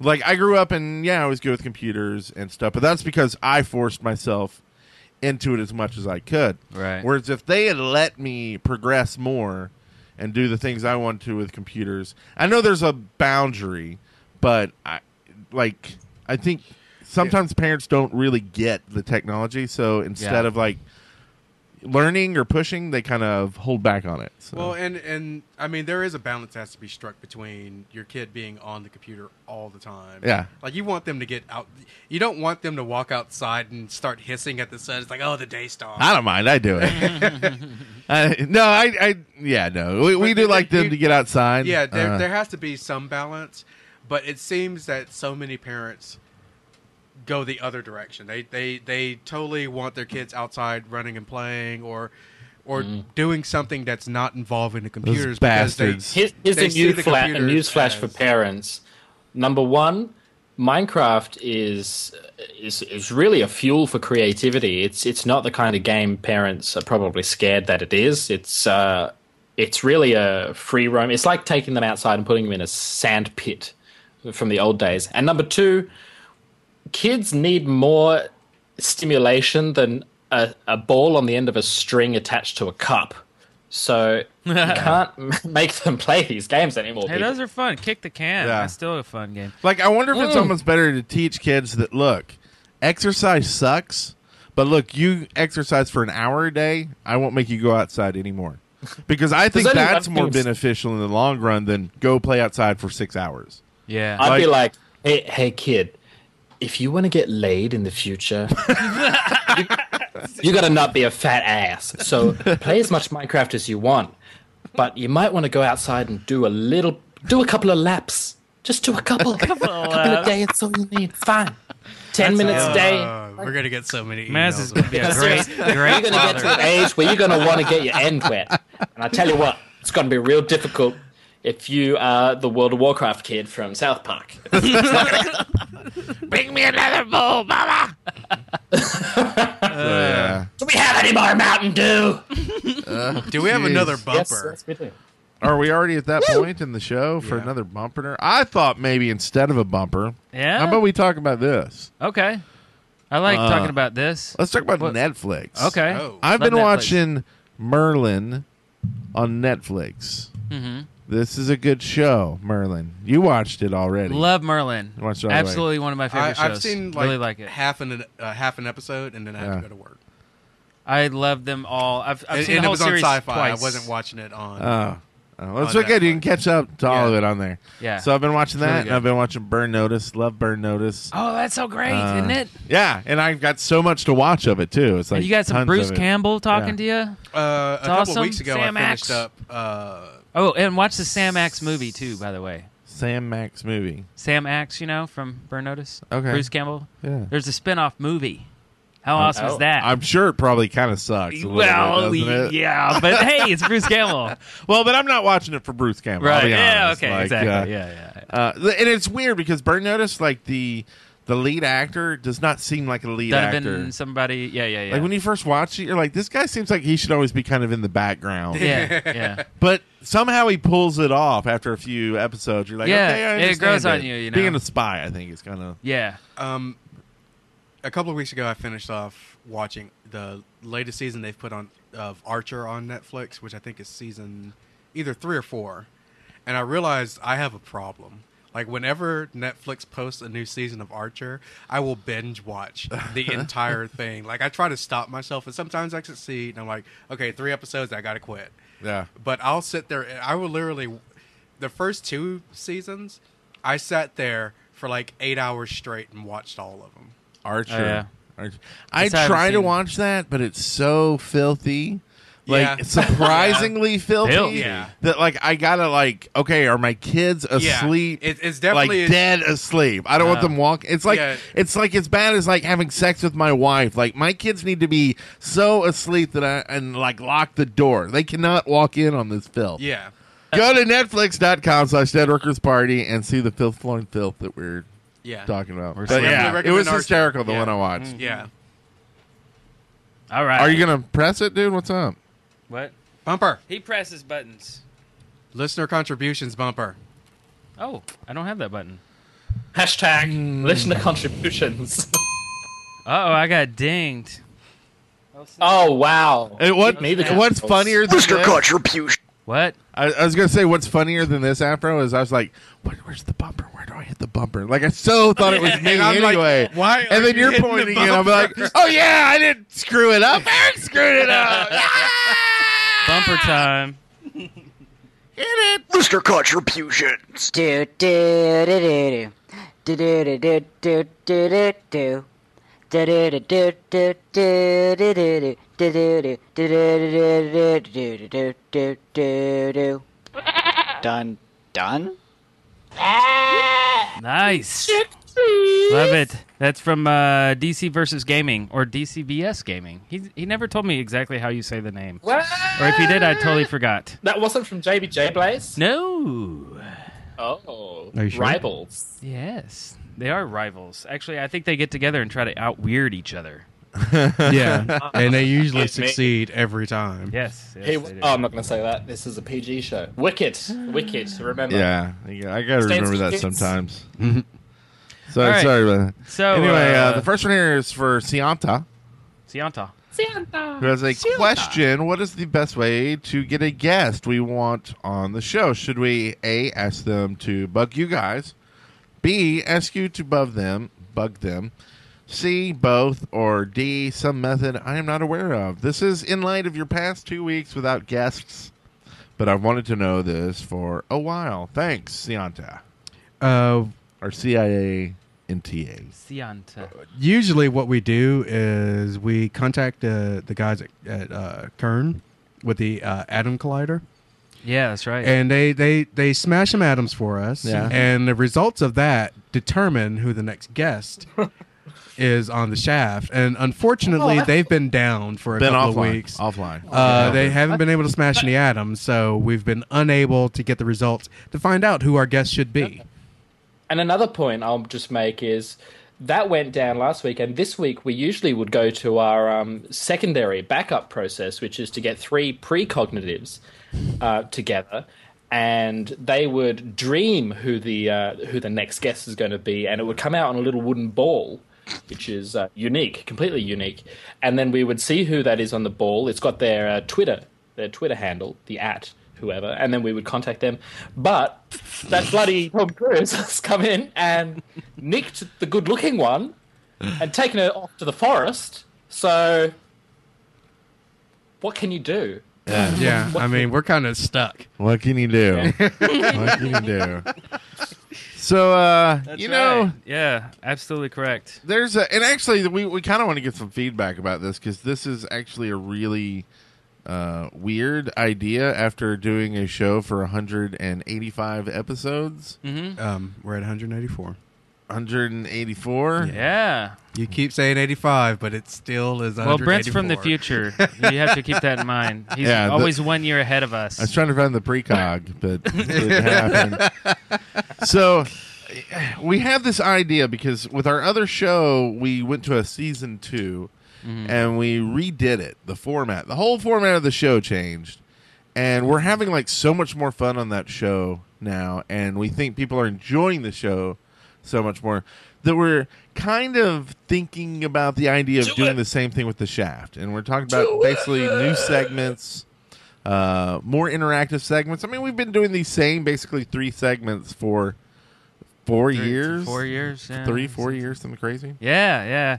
Like I grew up and yeah, I was good with computers and stuff, but that's because I forced myself into it as much as I could.
Right.
Whereas if they had let me progress more and do the things I want to with computers, I know there's a boundary, but I like I think sometimes parents don't really get the technology, so instead
Yeah.
of like learning or pushing, they kind of hold back on it. So.
Well, and and I mean, there is a balance that has to be struck between your kid being on the computer all the time.
Yeah.
like you want them to get out. You don't want them to walk outside and start hissing at the sun. It's like, oh, the day star.
I don't mind. I do it. I, no, I, I, yeah, no. We, we do like them to get outside.
Yeah, there,
Uh,
there has to be some balance, but it seems that so many parents go the other direction. They they they totally want their kids outside running and playing or or
Mm-hmm.
doing something that's not involving the computers because they
Here's, here's
they
a,
see
new
the
fla- a
computers
news flash for parents. Number one, Minecraft is is is really a fuel for creativity. It's it's not the kind of game parents are probably scared that it is. It's uh, it's really a free roam. It's like taking them outside and putting them in a sand pit from the old days. And number two, kids need more stimulation than a, a ball on the end of a string attached to a cup. So you can't m- make them play these games anymore.
Hey, those are fun. Kick the can.
Yeah.
That's still a fun game.
Like, I wonder if it's
Mm.
almost better to teach kids that look, exercise sucks, but look, you exercise for an hour a day. I won't make you go outside anymore because I
Does
think
anyone
that's more
think-
beneficial in the long run than go play outside for six hours.
Yeah.
I'd be
Like-
like, hey, hey, kid, if you want to get laid in the future, you- you got to not be a fat ass. So play as much Minecraft as you want, but you might want to go outside and do a little, do a couple of laps. Just do a couple, a couple, of
laps.
days. It's all you need. Fine. 10 minutes a day.
Oh, we're gonna get so many.
Maz is
emails
gonna be a
about
great,
this.
great
you're going to get to
father.
an age where you're going to want to get your end wet. And I tell you what, it's going to be real difficult if you are the World of Warcraft kid from South Park.
Bring me another bowl, Mama.
yeah.
Do we have any more Mountain Dew?
do we have another
Jeez.
bumper?
uh, Are we already at that point in the show for another bumper? I thought maybe instead of a bumper,
Yeah?
How about we talk about this?
Okay. I like
Uh,
talking about this.
Let's talk about
What-
Netflix.
Okay.
Oh.
I've
Love
been
Netflix.
watching Merlin on Netflix.
Mhm.
This is a good show, Merlin. You watched it already.
Love Merlin.
You watched it already.
Absolutely one of my favorite
I,
shows.
I've seen like,
really like it.
half an uh, half an episode, and then I had
Yeah.
to go to work.
I love them all. I've, I've
and
seen the
and it
whole
was on
series
sci-fi.
twice.
I wasn't watching it on.
Oh. Oh, that's
on
okay. You can catch up to all of it on there.
Yeah.
So I've been watching
It's really
that,
good.
and I've been watching Burn Notice. Love Burn Notice.
Oh, that's so great,
Uh,
isn't it?
Yeah, and I've got so much to watch of it too. It's like
and you got some
tons
Bruce
of it.
Campbell talking
Yeah.
to you.
Uh,
It's
a couple
awesome.
weeks ago,
Sam
I
Axe.
finished up. Uh,
Oh, and watch the Sam Axe movie too. By the way,
Sam Max movie.
Sam Axe, you know from Burn Notice.
Okay.
Bruce Campbell.
Yeah. Oh,
There's a spin-off movie. How awesome is that?
I'm sure it probably kind of sucks. a little
well,
bit, doesn't it?
yeah, but hey, it's Bruce Campbell.
Well, but I'm not watching it for Bruce Campbell. I'll
Right.
be
Yeah,
honest.
okay,
Like,
exactly.
uh,
Yeah, yeah.
Uh, th- and it's weird because Burn Notice, like the the lead actor, does not seem like a lead
That'd have
actor.
been somebody. Yeah, yeah, yeah.
Like when you first watch it, you're like, this guy seems like he should always be kind of in the background.
yeah, yeah.
But somehow he pulls it off after a few episodes. You're like,
Yeah,
okay, I
it
understand
grows on you, you know?
being a spy, I think is kind of
Yeah.
Um, a couple of weeks ago, I finished off watching the latest season they've put on of Archer on Netflix, which I think is season either three or four. And I realized I have a problem. Like whenever Netflix posts a new season of Archer, I will binge watch the entire thing. Like I try to stop myself, and sometimes I succeed. And I'm like, okay, three episodes, I gotta quit.
yeah.
But I'll sit there. and I will literally, the first two seasons, I sat there for like eight hours straight and watched all of them.
Archer.
Oh, yeah.
Archer. I
That's how I haven't
try to
seen-
watch that, but it's so filthy. Like
Yeah.
surprisingly filthy,
Filthy.
Yeah.
that like I gotta like okay are my kids
Yeah.
asleep?
It- it's definitely
like dead asleep. I don't want
Oh.
them walk. It's like
Yeah.
it's like as bad as like having sex with my wife. Like my kids need to be so asleep that I and like lock the door. They cannot walk in on this filth.
Yeah.
Go to netflix.com slash dead workers party and see the filth flowing filth that we're
Yeah.
talking about.
We're
But
slamming.
yeah,
Definitely
it
Mm.
was
recommend Archer.
hysterical the
Yeah.
one I watched.
Yeah.
All right.
Are you gonna press it, dude? What's up?
What?
Bumper.
He presses buttons.
Listener contributions bumper.
Oh, I don't have that button.
Hashtag
Hmm.
listener contributions.
Uh oh, I got dinged.
Oh wow!
And what, what's funnier than this?
What?
I, I was gonna say what's funnier than this afro is I was like, what, where's the bumper? Where do I hit the bumper? Like I so thought it was me
And I'm like,
anyway.
why are
And then
you
you're
hitting the
pointing and I'm like,
bumper?
oh yeah, I didn't screw it up. Eric screwed it up.
Bumper time.
Listener contributions. Do do do do do do do do do do do. Do do do do do do do do do do do do do do do do do do do do. Done. Done.
Nice. Love it. That's from uh, DC versus Gaming or DCVS Gaming. He he never told me exactly how you say the name.
What?
Or if he did, I totally forgot.
That wasn't from JBJ Blaze.
No.
Oh,
Are you sure?
rivals.
Yes, they are rivals. Actually, I think they get together and try to out weird each other.
yeah, and they usually
Excuse me.
succeed every time.
Yes. yes
Hey,
they do.
um,
oh, I'm not going to say that. This is a PG show. Wicked, wicked. Remember?
Yeah, yeah, I gotta remember
Stands for
that
kids.
sometimes.
Mhm.
Sorry,
All right.
sorry about that.
So,
anyway, uh,
uh,
the first one here is for Sianta,
Sianta.
who has a question. What is the best way to get a guest we want on the show? Should we a ask them to bug you guys, b ask you to bug them, bug them, c both, or d some method I am not aware of. This is in light of your past two weeks without guests, but I've wanted to know this for a while. Thanks, Sianta.
Uh,
Or CIA NTA.
Sianta.
Oh, uh,
usually what we do is we contact uh, the guys at, at uh, Kern with the uh, Atom Collider,
Yeah, that's right.
and they they they smash some atoms for us,
Yeah.
and the results of that determine who the next guest. Is on the shaft, and unfortunately,
Oh, I-
they've been down for a
Been
couple
offline,
of weeks.
offline.
uh,
Yeah.
they haven't been able to smash any atoms, so we've been unable to get the results to find out who our guest should be.
And another point I'll just make is that went down last week, and this week we usually would go to our um, secondary backup process, which is to get three precognitives uh, together, and they would dream who the uh, who the next guest is going to be, and it would come out on a little wooden ball. Which is uh, unique, completely unique, and then we would see who that is on the ball. It's got their uh, Twitter, their Twitter handle, the at whoever, and then we would contact them. But that bloody Tom Cruise has come in and nicked the good looking one and taken her off to the forest. So, what can you do?
Yeah, I mean, we're kind of stuck.
What can you do? what can you do? So, uh, you know,
yeah, absolutely correct.
there's a, and actually, we, we kind of want to get some feedback about this because this is actually a really uh, weird idea after doing a show for 185 episodes.
Mm-hmm.
Um, we're at 184.
184?
Yeah.
You keep saying 85, but it still is.
Well, Brent's from the
184.
future. you have to keep that in mind. He's
Yeah, the-
always one year ahead of us.
I was trying to find the precog, but it didn't happen. so we have this idea because with our other show, we went to a season 2 and we redid it, the format. The whole format of the show changed. And we're having like so much more fun on that show now. And we think people are enjoying the show so much more that we're kind of thinking about the idea of doing the same thing with the shaft. And we're talking about basically new segments uh, more interactive segments. I mean, we've been doing these same basically three segments for four
Three-
years,
four years, yeah.
three, four years, something crazy.
Yeah, yeah.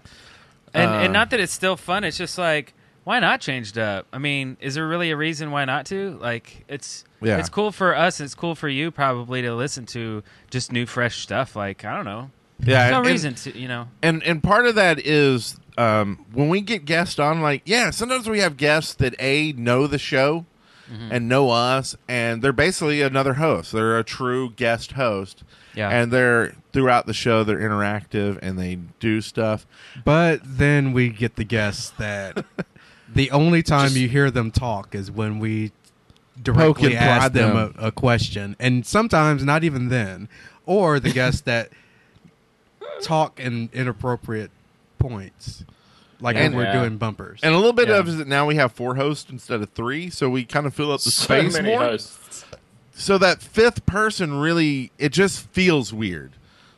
And
Uh,
and not that it's still fun. It's just like why not change it up? I mean, is there really a reason why not to? Like it's
Yeah.
it's cool for us. It's cool for you probably to listen to just new fresh stuff. Like I don't know.
Yeah,
There's no
and-
reason to. You know.
And and part of that is um, when we get guests on, like yeah, sometimes we have guests that a know the show
Mm-hmm.
and know us, and they're basically another host. They're a true guest host.
Yeah.
and they're throughout the show. They're interactive and they do stuff.
But then we get the guess that the only time you hear them talk is when we
Poke and
directly
prod
ask them,
them.
A, a question, and sometimes not even then, or the guests that talk in inappropriate points. like
And-
when we're
Yeah.
doing bumpers.
And a little bit of is that now we have four hosts instead of three, so we kind of fill up the
So
space
many
more.
hosts.
So that fifth person really it just feels weird.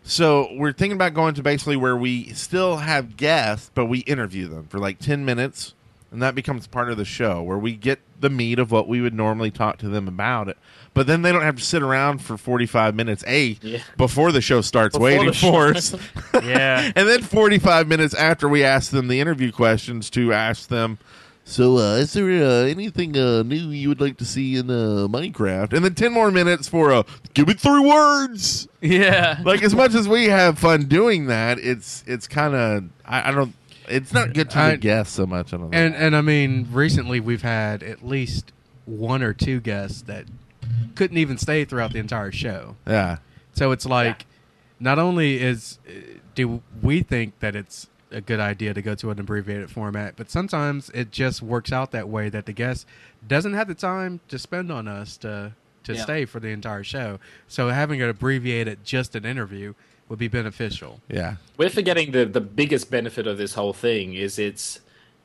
So we're thinking about going to basically where we still have guests, but we interview them for like ten minutes, and that becomes part of the show where we get the meat of what we would normally talk to them about it. But then they don't have to sit around for forty five minutes. A before the show starts,
Before
waiting
the show-
for us
yeah.
and then 45 minutes after we asked them the interview questions to ask them so uh, is there uh, anything uh, new you would like to see in uh, minecraft and then 10 more minutes for uh, give me three words
yeah
like as much as we have fun doing that it's it's kind of I, I don't it's not good to
I-
the guests so much I don't know.
And and I mean, recently we've had at least one or two guests that couldn't even stay throughout the entire show.
Yeah.
So it's like, not only is do we think that it's a good idea to go to an abbreviated format, but sometimes it just works out that way that the guest doesn't have the time to spend on us to to
Yeah.
stay for the entire show. So having it abbreviated just an interview would be beneficial.
Yeah.
We're forgetting the the biggest benefit of this whole thing is it's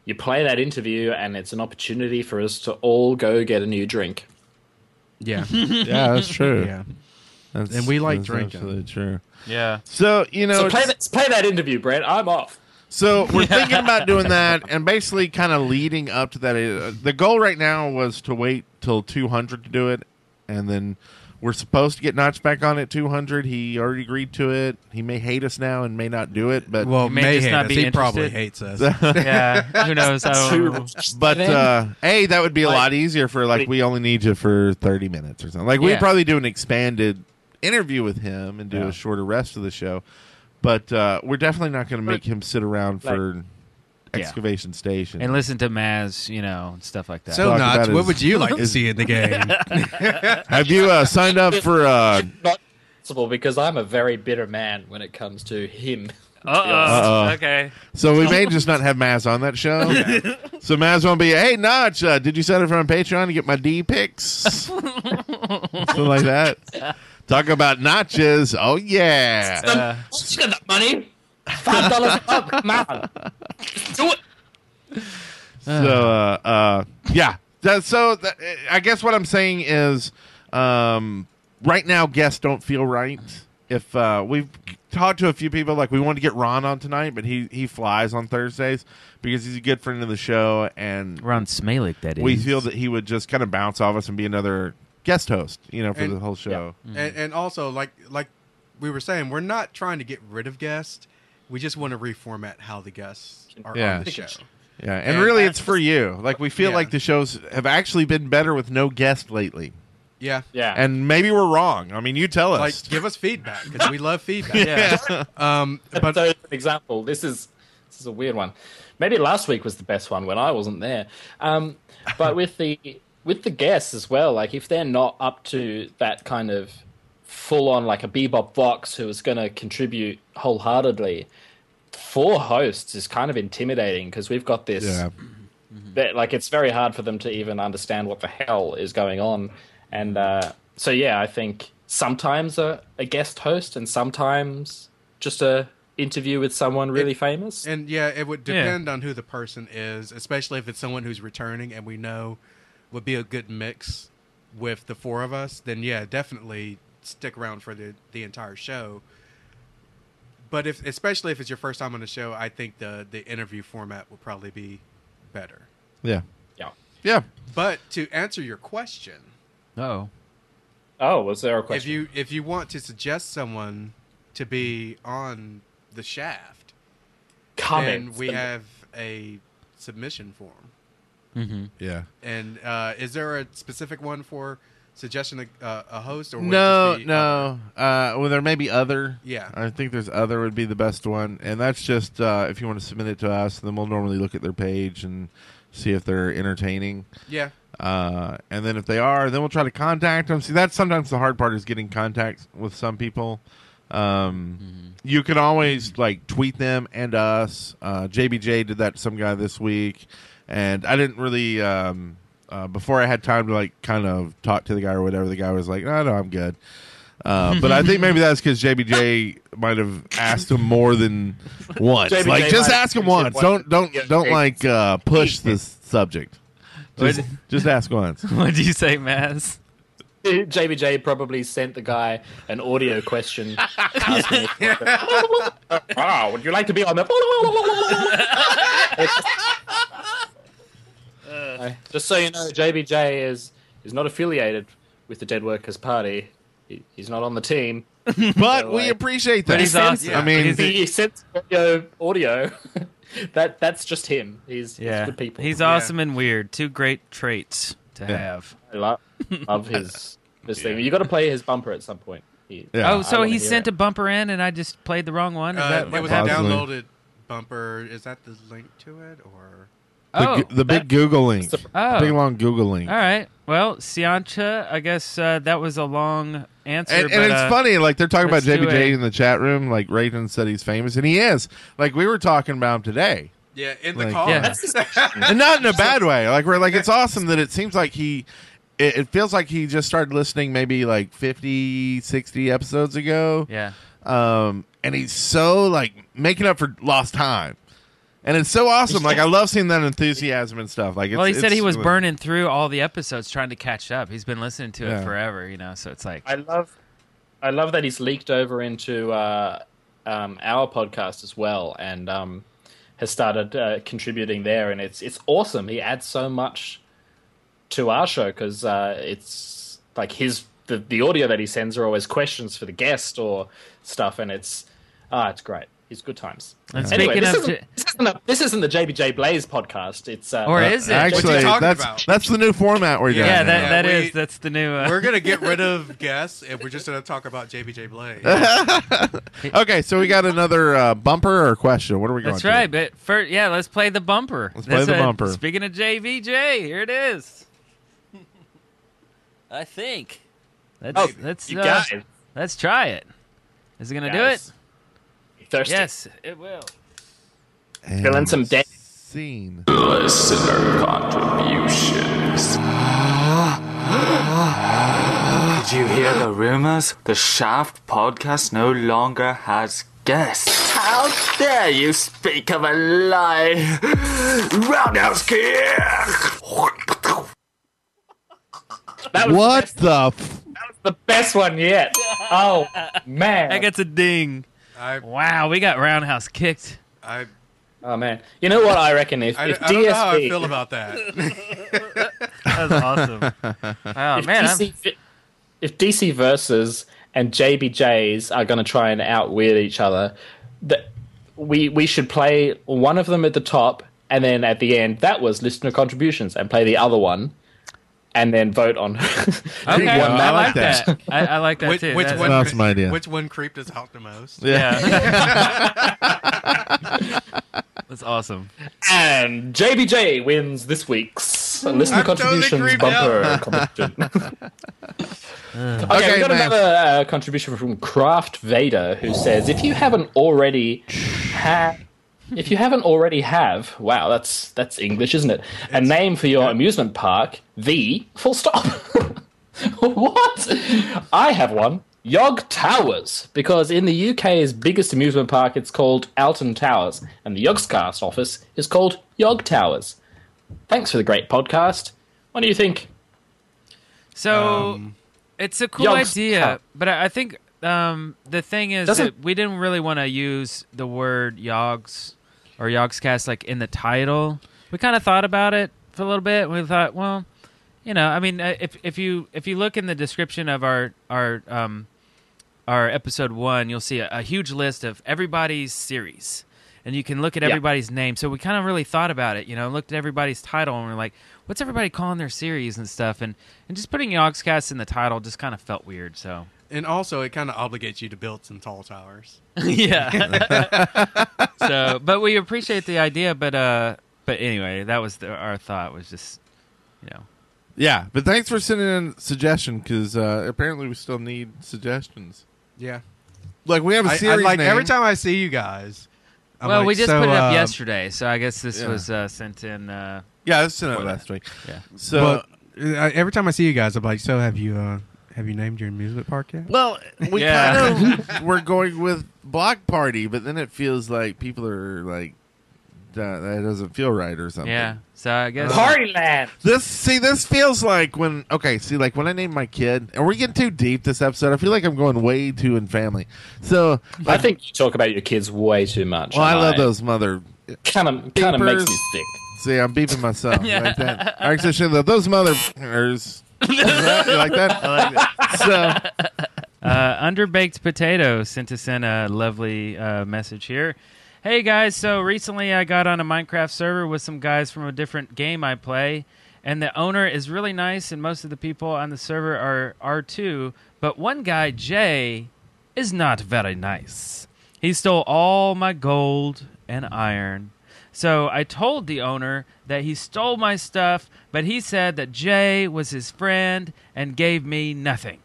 you play that interview and it's an opportunity for us to all go get a new drink.
Yeah.
yeah that's true
Yeah.
That's-
And we like
that's
drinking.
absolutely true
Yeah.
so you know
so play
it's-
that, play that interview, Brent. I'm off.
So we're thinking about doing that, and basically, kind of leading up to that. uh, The goal right now was to wait till 200 to do it, and then we're supposed to get Notch back on at 200. He already agreed to it. He may hate us now and may not do it, but
Well, He may may just hate not us. be He probably interested. hates us. Yeah, who knows? I don't know.
but uh, hey, that would be a
Like-
lot easier for like we only need you for 30 minutes or something. Like we'd
Yeah.
probably do an expanded interview with him and do
Yeah.
a shorter rest of the show. But uh, we're definitely not going to make him sit around
like-
for
Yeah.
excavation station
and listen to Maz, you know, and stuff like that.
So, Talk Notch, about what his- would you like to
see in the game?
Have you uh, signed up for? Uh,
Not possible because I'm a very bitter man when it comes to him. to be
Uh-oh.
honest.
uh-oh.
Okay.
So we may just not have Maz on that show. so Maz won't be. Hey, Notch, uh, did you sign up for on Patreon to get my D pics? Something like that. Talk about notches. Oh yeah.
Uh, She's got that money. Five dollars a month. Come on. Do it.
So uh, uh, yeah, That- so that, I guess what I'm saying is, um, right now guests don't feel right. If uh, we've talked to a few people, like we wanted to get Ron on tonight, but he he flies on Thursdays because he's a good friend of the show, and
Ron Smalek, that is.
we feel that he would just kind of bounce off us and be another guest host, you know, for
And-
the whole show.
And, and also, like like we were saying, we're not trying to get rid of guests. We just want to reformat how the guests are
Yeah.
on the show.
Yeah, and, really, it's for you. Like we feel like the shows have actually been better with no guest lately.
Yeah.
and maybe we're wrong. I mean, you tell us.
Like, give us feedback because we love feedback.
Yeah.
um,
but so, for example, this is this is a weird one. Maybe last week was the best one when I wasn't there. Um, but with the with the guests as well, like if they're not up to that kind of full on like a bebop vox who is going to contribute wholeheartedly, four hosts is kind of intimidating because we've got this.
Yeah.
that- like it's very hard for them to even understand what the hell is going on, and uh, so yeah, I think sometimes a, a guest host and sometimes just a interview with someone really famous.
And yeah, it would
Yeah.
depend on who the person is, especially if it's someone who's returning and we know would be a good mix with the four of us. Then yeah, definitely stick around for the the entire show. But if especially if it's your first time on the show, I think the the interview format would probably be better.
yeah,
yeah,
yeah.
But to answer your question,
Oh.
Oh, was there a
if
question?
you if you want to suggest someone to be on the shaft,
Comment.
then we have a submission form.
Mm-hmm.
Yeah.
And uh, is there a specific one for suggestion a, uh, a host or would it
No,
just be-
no. Uh, well, there may be other.
Yeah.
I think there's other would be the best one, and that's just uh, if you want to submit it to us, then we'll normally look at their page and see if they're entertaining.
Yeah.
Uh, and then if they are, then we'll try to contact them. See, that's sometimes the hard part is getting contact with some people. Um, You can always like tweet them and us. Uh, JBJ did that to some guy this week, and I didn't really. Um, uh, before I had time to like kind of talk to the guy or whatever, the guy was like, "No, no, I'm good." Uh, but I think maybe that's because JBJ might have asked him more than once.
JBJ
like, just
might have
ask him
said
once.
once.
Don't don't
Yeah,
don't
it-
like uh, push this subject.
What-
Just, just ask once.
What do you say, Maz?
JBJ probably sent the guy an audio question. asking if- wow, would you like to be on the? Uh, Just so you know, JBJ is is not affiliated with the Dead Workers Party. He, he's not on the team.
But we appreciate that.
But he's awesome.
I mean,
he sends audio. audio. that that's just him. He's yeah. good people.
He's awesome and weird. Two great traits to
Yeah.
have.
I love, love his this thing. You got to play his bumper at some point. He-
Oh,
I
so
wanna
he
hear
sent a bumper in, and I just played the wrong one. Is
Uh,
that
it
what
was
happened?
a downloaded bumper. Is that the link to it, or
the, gu- the big Google link,
Oh.
big long Google link.
All right. Well, Siancha, I guess uh, that was a long answer.
And,
but,
and it's
uh,
funny, like they're talking about
let's do
JBJ
a-
in the chat room. Like Raven said, he's famous, and he is. Like we were talking about him today.
Yeah, in the
Like,
car.
yeah. and not in a bad way. Like we're like it's awesome that it seems like he it, it feels like he just started listening maybe like 50, 60 episodes ago.
Yeah.
Um and he's so like making up for lost time. And it's so awesome. Like I love seeing that enthusiasm and stuff. Like it's,
well, he said
it's-
he was burning through all the episodes trying to catch up. He's been listening to
Yeah.
it forever, you know. So it's like
I love, I love that he's leaked over into uh, um, our podcast as well, and um, has started uh, contributing there, and it's it's awesome. He adds so much to our show because uh, it's like his the, the audio that he sends are always questions for the guest or stuff, and it's ah, it's great. It's good times.
And
Anyway,
speaking
this,
of
isn't,
J-
this, isn't a- this isn't the JBJ Blaze podcast. It's uh,
Or
uh,
is it?
Actually, that's that's the new format we're doing.
yeah, that
now.
that
we-
is that's the new. Uh,
we're gonna get rid of guests and we're just gonna talk about JBJ Blade?
okay, so we got another uh, bumper or question. What are we going
That's
to?
right. But first, yeah, let's play the bumper.
Let's play the
uh,
bumper.
Speaking of JVJ, here it is.
I think.
Let's
Oh,
let's
you
uh,
got it.
let's try it. Is it gonna
Guys,
do it?
thirsty.
Yes, it will.
filling some dead
scene.
Listener contributions. Did you hear the rumors? The Shaft podcast no longer has guests. How dare you speak of a lie? Roundhouse kick!
That was
What the? F-
the best one yet. Oh man,
that gets a ding. wow, we got roundhouse kicked.
I,
Oh man, you know what I reckon if,
I-
if
I don't know how I
DSP
feel about
that.
That was awesome. Oh
if
man,
DC, vi- if DC versus and JBJ's are going to try and out weird each other, that we we should play one of them at the top and then at the end that was listener contributions and play the other one. And then vote on. okay,
Okay, I like that. I, I like that
which,
too.
Which
That-
one?
That's my idea.
Which one creeped us out the most?
That's awesome.
And JBJ wins this week's listener
I'm totally
contributions
creeped
bumper
out.
competition. okay,
Okay,
we got
man.
another uh, contribution from Craft Vader, who says, "If you haven't already had." If you haven't already have, wow, that's that's English, isn't it? A name for your amusement park, the full stop. what? I have one. Yog Towers, because in the UK's biggest amusement park, it's called Alton Towers, and the Yogscast office is called Yog Towers. Thanks for the great podcast. What do you think?
So
Um,
it's a cool
Yogs-
idea,
Huh.
but I I think um, the thing is
Doesn't-
that we didn't really want to use the word yogs or yogscast like in the title. We kind of thought about it for a little bit. and We thought, well, you know, I mean, uh, if if you if you look in the description of our our um, our episode one, you'll see a, a huge list of everybody's series, and you can look at
Yeah.
everybody's name. So we kind of really thought about it, you know, looked at everybody's title, and we're like, what's everybody calling their series and stuff, and and just putting Yogscast in the title just kind of felt weird. So
And also, it kind of obligates you to build some tall towers.
yeah. so, but we appreciate the idea, but uh, but anyway, that was the, our thought was just, you know,
yeah, but thanks for sending in suggestion because uh, apparently we still need suggestions.
Yeah.
Like we have a
I- I
series
like
name.
every time I see you guys. I'm
well,
like,
we just
so,
put it up
um,
yesterday, so I guess this
yeah.
was uh, sent in. Uh,
Yeah, I sent it
before
last
that.
week.
Yeah.
So
But, uh, every time I see you guys, I'm like, so have you uh, Have you named your amusement park yet?
Well, we
Yeah.
kind of we're going with block party, but then it feels like people are like that, that doesn't feel right or something.
Yeah. So I guess
Party land.
This see this feels like when okay see like when I named my kid and we're getting too deep this episode I feel like I'm going way too in family so
I think you talk about your kids way too much.
well I
and
love those mother
Kind of, kind of makes me
Beepers.
sick.
see I'm beeping myself like that I actually should have those motherfuckers you like that I like that so
Uh, Underbaked Potato sent us in a lovely uh, message here. Hey guys, so recently I got on a Minecraft server with some guys from a different game I play, and the owner is really nice, and most of the people on the server are are too. But one guy, Jay, is not very nice. He stole all my gold and iron. So I told the owner that he stole my stuff, but he said that Jay was his friend and gave me nothing.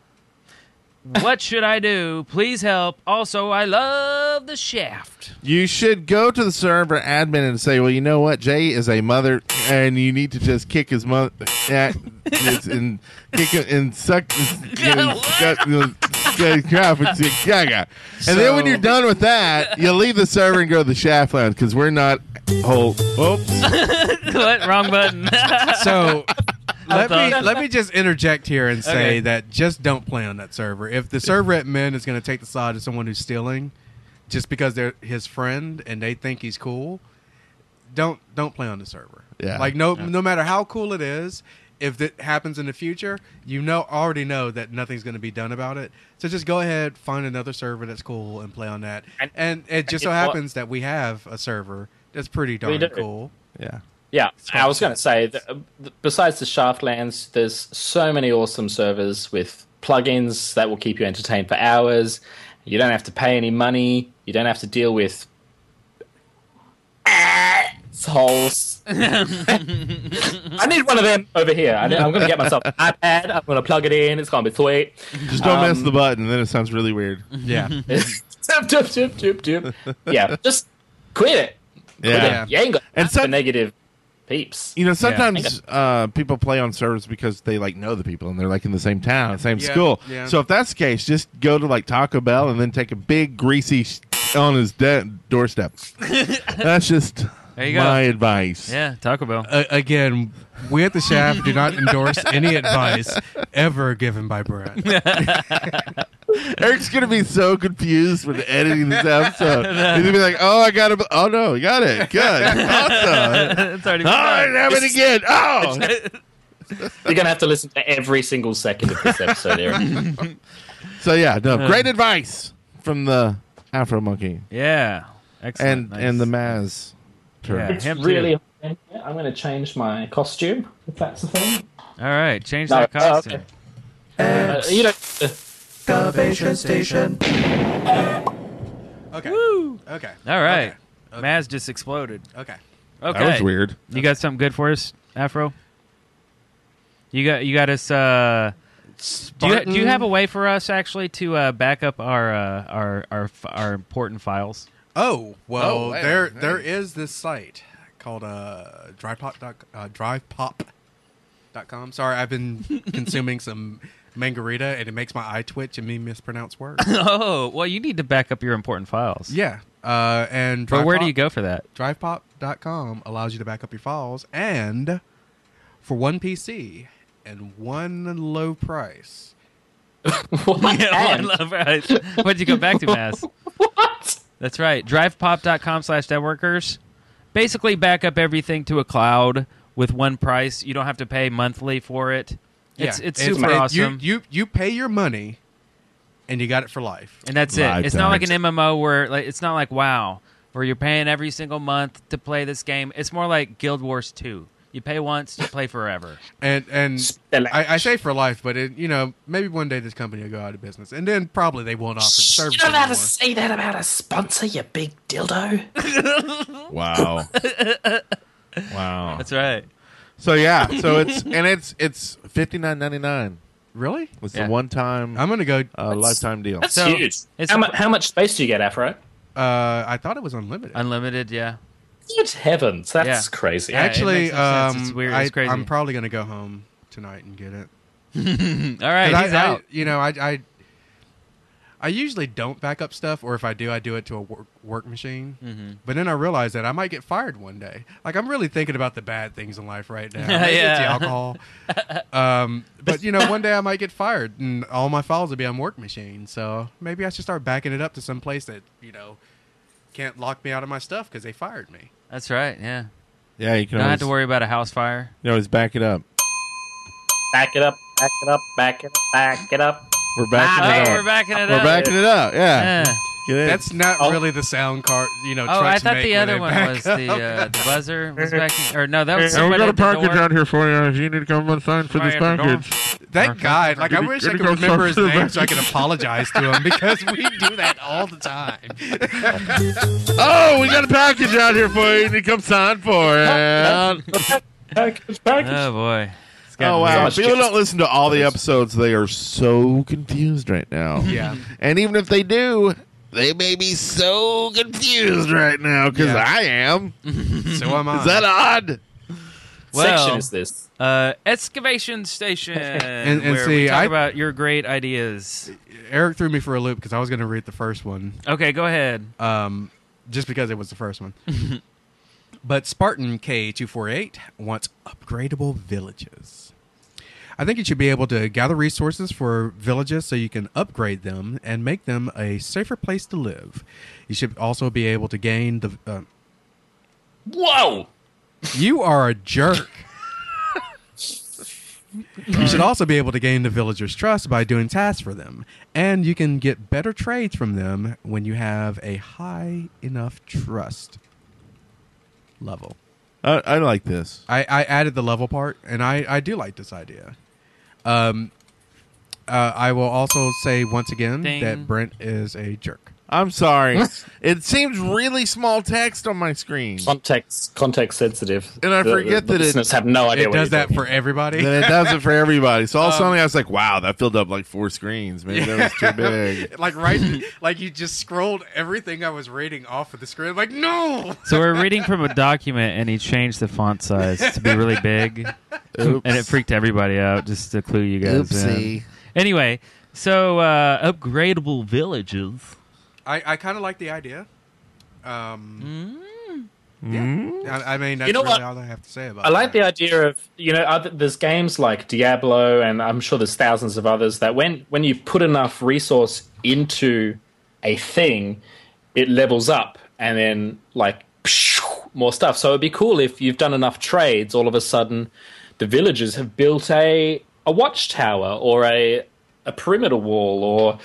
What should I do? Please help. Also, I love the shaft.
You should go to the server admin and say, "Well, you know what? Jay is a mother, and you need to just kick his mother and kick him and suck his you know, gut- you know, gut crap and say, gaga." And then when
So-
you're done with that, you leave the server and go to the shaft lounge because we're not whole. Oops.
what? Wrong button.
so let me
thought-
let me just interject here and say
Okay.
that just don't play on that server. If the server admin is going to take the side of someone who's stealing, just because they're his friend and they think he's cool, don't don't play on the server.
Yeah.
like no no matter how cool it is. If it happens in the future, you know already know that nothing's going to be done about it. So just go ahead, find another server that's cool, and play on that. And, it just so
you know what?
happens that we have a server that's pretty darn
do.
cool. Yeah.
Yeah, I was going to say, that, uh, besides the Shaftlands, there's so many awesome servers with plugins that will keep you entertained for hours. You don't have to pay any money. You don't have to deal with assholes. I need one of them over here. I, am going to get myself an iPad. I'm going to plug it in. It's going to be sweet.
Just don't
Um,
mess the button. Then it sounds really weird.
Yeah.
Doop, doop, doop, doop, doop. Yeah, just quit it. Quit
Yeah.
it. You ain't got
and
some negative peeps.
You know,
Yeah.
sometimes uh, people play on servers because they like know the people and they're like in the same town, same
Yeah,
school.
yeah.
So if that's the case, just go to like Taco Bell and then take a big greasy sh- on his de- doorstep. that's just
There you go.
my advice.
Yeah, Taco Bell.
Uh, again, we at the Shaft do not endorse any advice ever given by Brett.
Eric's gonna be so confused when editing this episode. He's gonna be like, "Oh, I got it! Oh no, you got it! Good, awesome!
it's already
oh, it happened again! Oh,
You're gonna have to listen to every single second of this episode, Eric.
So yeah, no,
Uh.
great advice from the Afro Monkey.
Yeah, excellent.
and and the Maz. Turner.
it's really. I'm gonna change my costume if that's the thing.
All right, change
No,
that
uh,
costume.
Uh, you know,
Salvation Station.
Okay. Okay.
All right, Maz just exploded.
Okay.
Okay,
That was weird.
You got something good for us, Afro? You got you got us. Uh, do you, do you have a way for us actually to uh, back up our uh, our our f- our important files?
Oh well,
Oh, wow.
there there is this site called uh, drivepop dot uh, drivepop.com. Sorry, I've been consuming some mangarita and it makes my eye twitch and me mispronounce words.
oh, well, you need to back up your important files.
Yeah. Uh, and
But where do
DrivePop-
you go for that?
drivepop.com allows you to back up your files and for one PC and one low price. Oh,
yeah, one love right. What'd you go back to, Mass? what? That's right. Drivepop.com slash networkers. Basically back up everything to a cloud with one price. You don't have to pay monthly for it. It's
Yeah.
it's super
it-
awesome.
You, you you pay your money and you got it for life.
and that's it. It's not like an MMO where like it's not like WoW where you're paying every single month to play this game. It's more like Guild Wars 2. You pay once, you play forever.
and and I, I say for life, but it, you know maybe one day this company will go out of business, and then probably they won't offer the service
you don't have to
anymore.
say that about a sponsor, you big dildo.
Wow. wow.
That's right.
So yeah, so it's and it's it's fifty nine ninety nine.
Really?
It's
Yeah.
a one time.
I'm gonna go
uh, lifetime deal.
That's huge. How, mu- how much space do you get, Afro?
Uh, I thought it was unlimited.
Unlimited, yeah.
Good heavens, that's
Yeah.
crazy.
Yeah, it
Actually,
makes no sense.
um,
It's weird.
I,
It's crazy.
I'm probably gonna go home tonight and get it.
All right,
'Cause
he's
I, I-
out.
you know, I, I I usually don't back up stuff, or if I do, I do it to a work, work machine.
Mhm.
But then I realize that I might get fired one day. Like I'm really thinking about the bad things in life right now. Maybe it's the
Yeah.
alcohol. um, but you know, one day I might get fired, and all my files will be on work machine. So maybe I should start backing it up to some place that you know can't lock me out of my stuff because they fired me.
That's right. Yeah.
Yeah, you can
Don't have
always,
to worry about a house fire.
you always back it up.
Back it up, back it up, back it up, back it up.
We're backing
My
it
bad.
up.
Oh, We're backing it
We're
up.
backing it up. Yeah. Get it.
That's not really the sound card. You know.
Oh, I
trucks
thought
make
the
when
other
they
one
back
was the,
up.
uh, the buzzer was backing, or no, that was
Hey, we
somebody
got a
at the
package
door.
out here for you. If you need to come inside for this
Somebody at the door.
package.
That guy, like, I
Did he-
wish
did
I
he
could
go
remember his
something
name
back?
so I could apologize to him because we do that all the time.
Oh, we got a package out here for you. You need to come sign for it. Uh,
Oh boy.
Oh
So
wow!
much
People
juice.
don't listen to all the episodes. They are so confused right now.
Yeah.
and even if they do, they may be so confused right now because
Yeah.
I am.
so am I.
Is that odd?
Well,
section is this?
Uh, excavation station.
And- and
where
see,
we talk
I-
about your great ideas.
Eric threw me for a loop because I was going to read the first one.
Okay, go ahead.
Um, just because it was the first one. but Spartan K248 wants upgradable villages. I think you should be able to gather resources for villages so you can upgrade them and make them a safer place to live. You should also be able to gain the. Uh,
Whoa!
You are a jerk. you should also be able to gain the villagers' trust by doing tasks for them, and you can get better trades from them when you have a high enough trust level.
I, I like this.
I, I added the level part, and I, I do like this idea. Um, uh, I will also say once again
Ding.
that Brent is a jerk.
I'm sorry. it seems really small text on my screen.
Context, context sensitive.
And I
The-
forget
the,
that it-
listeners have no idea.
it
what
does
you're
that
doing.
for everybody.
Then it does it for everybody. So all
Um,
suddenly I was like, "Wow, that filled up like four screens. Maybe that was too big."
like right, like you just scrolled everything I was reading off of the screen. like no.
So we're reading from a document, and he changed the font size to be really big,
Oops.
and it freaked everybody out. Just to clue you guys
Oopsie.
in. Anyway, so uh, upgradable villages.
I, I kind of like the idea. Um, yeah. I, I mean, that's
You know
really
what?
all I have to say about
I like the idea of you know other, there's games like Diablo and I'm sure there's thousands of others that when when you put enough resource into a thing, it levels up and then like more stuff. So it'd be cool if you've done enough trades. All of a sudden, the villagers have built a a watchtower or a a perimeter wall or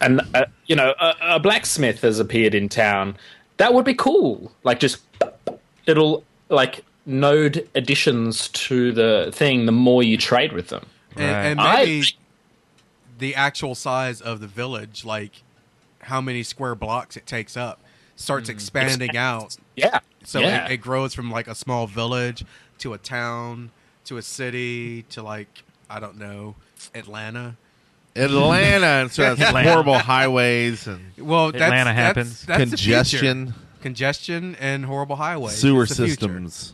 and uh, you know a, a blacksmith has appeared in town. That would be cool. Like just it'll like node additions to the thing the more you trade with them.
that. And, and
I-
maybe the actual size of the village, like how many square blocks it takes up, starts expanding out.
Yeah.
So
Yeah.
It, it grows from like a small village to a town to a city to like I don't know Atlanta.
Atlanta, and so it's horrible highways and
Well, that's, that's- That's, the future.
congestion,
congestion, and horrible highways.
sewer
It's the future.
systems.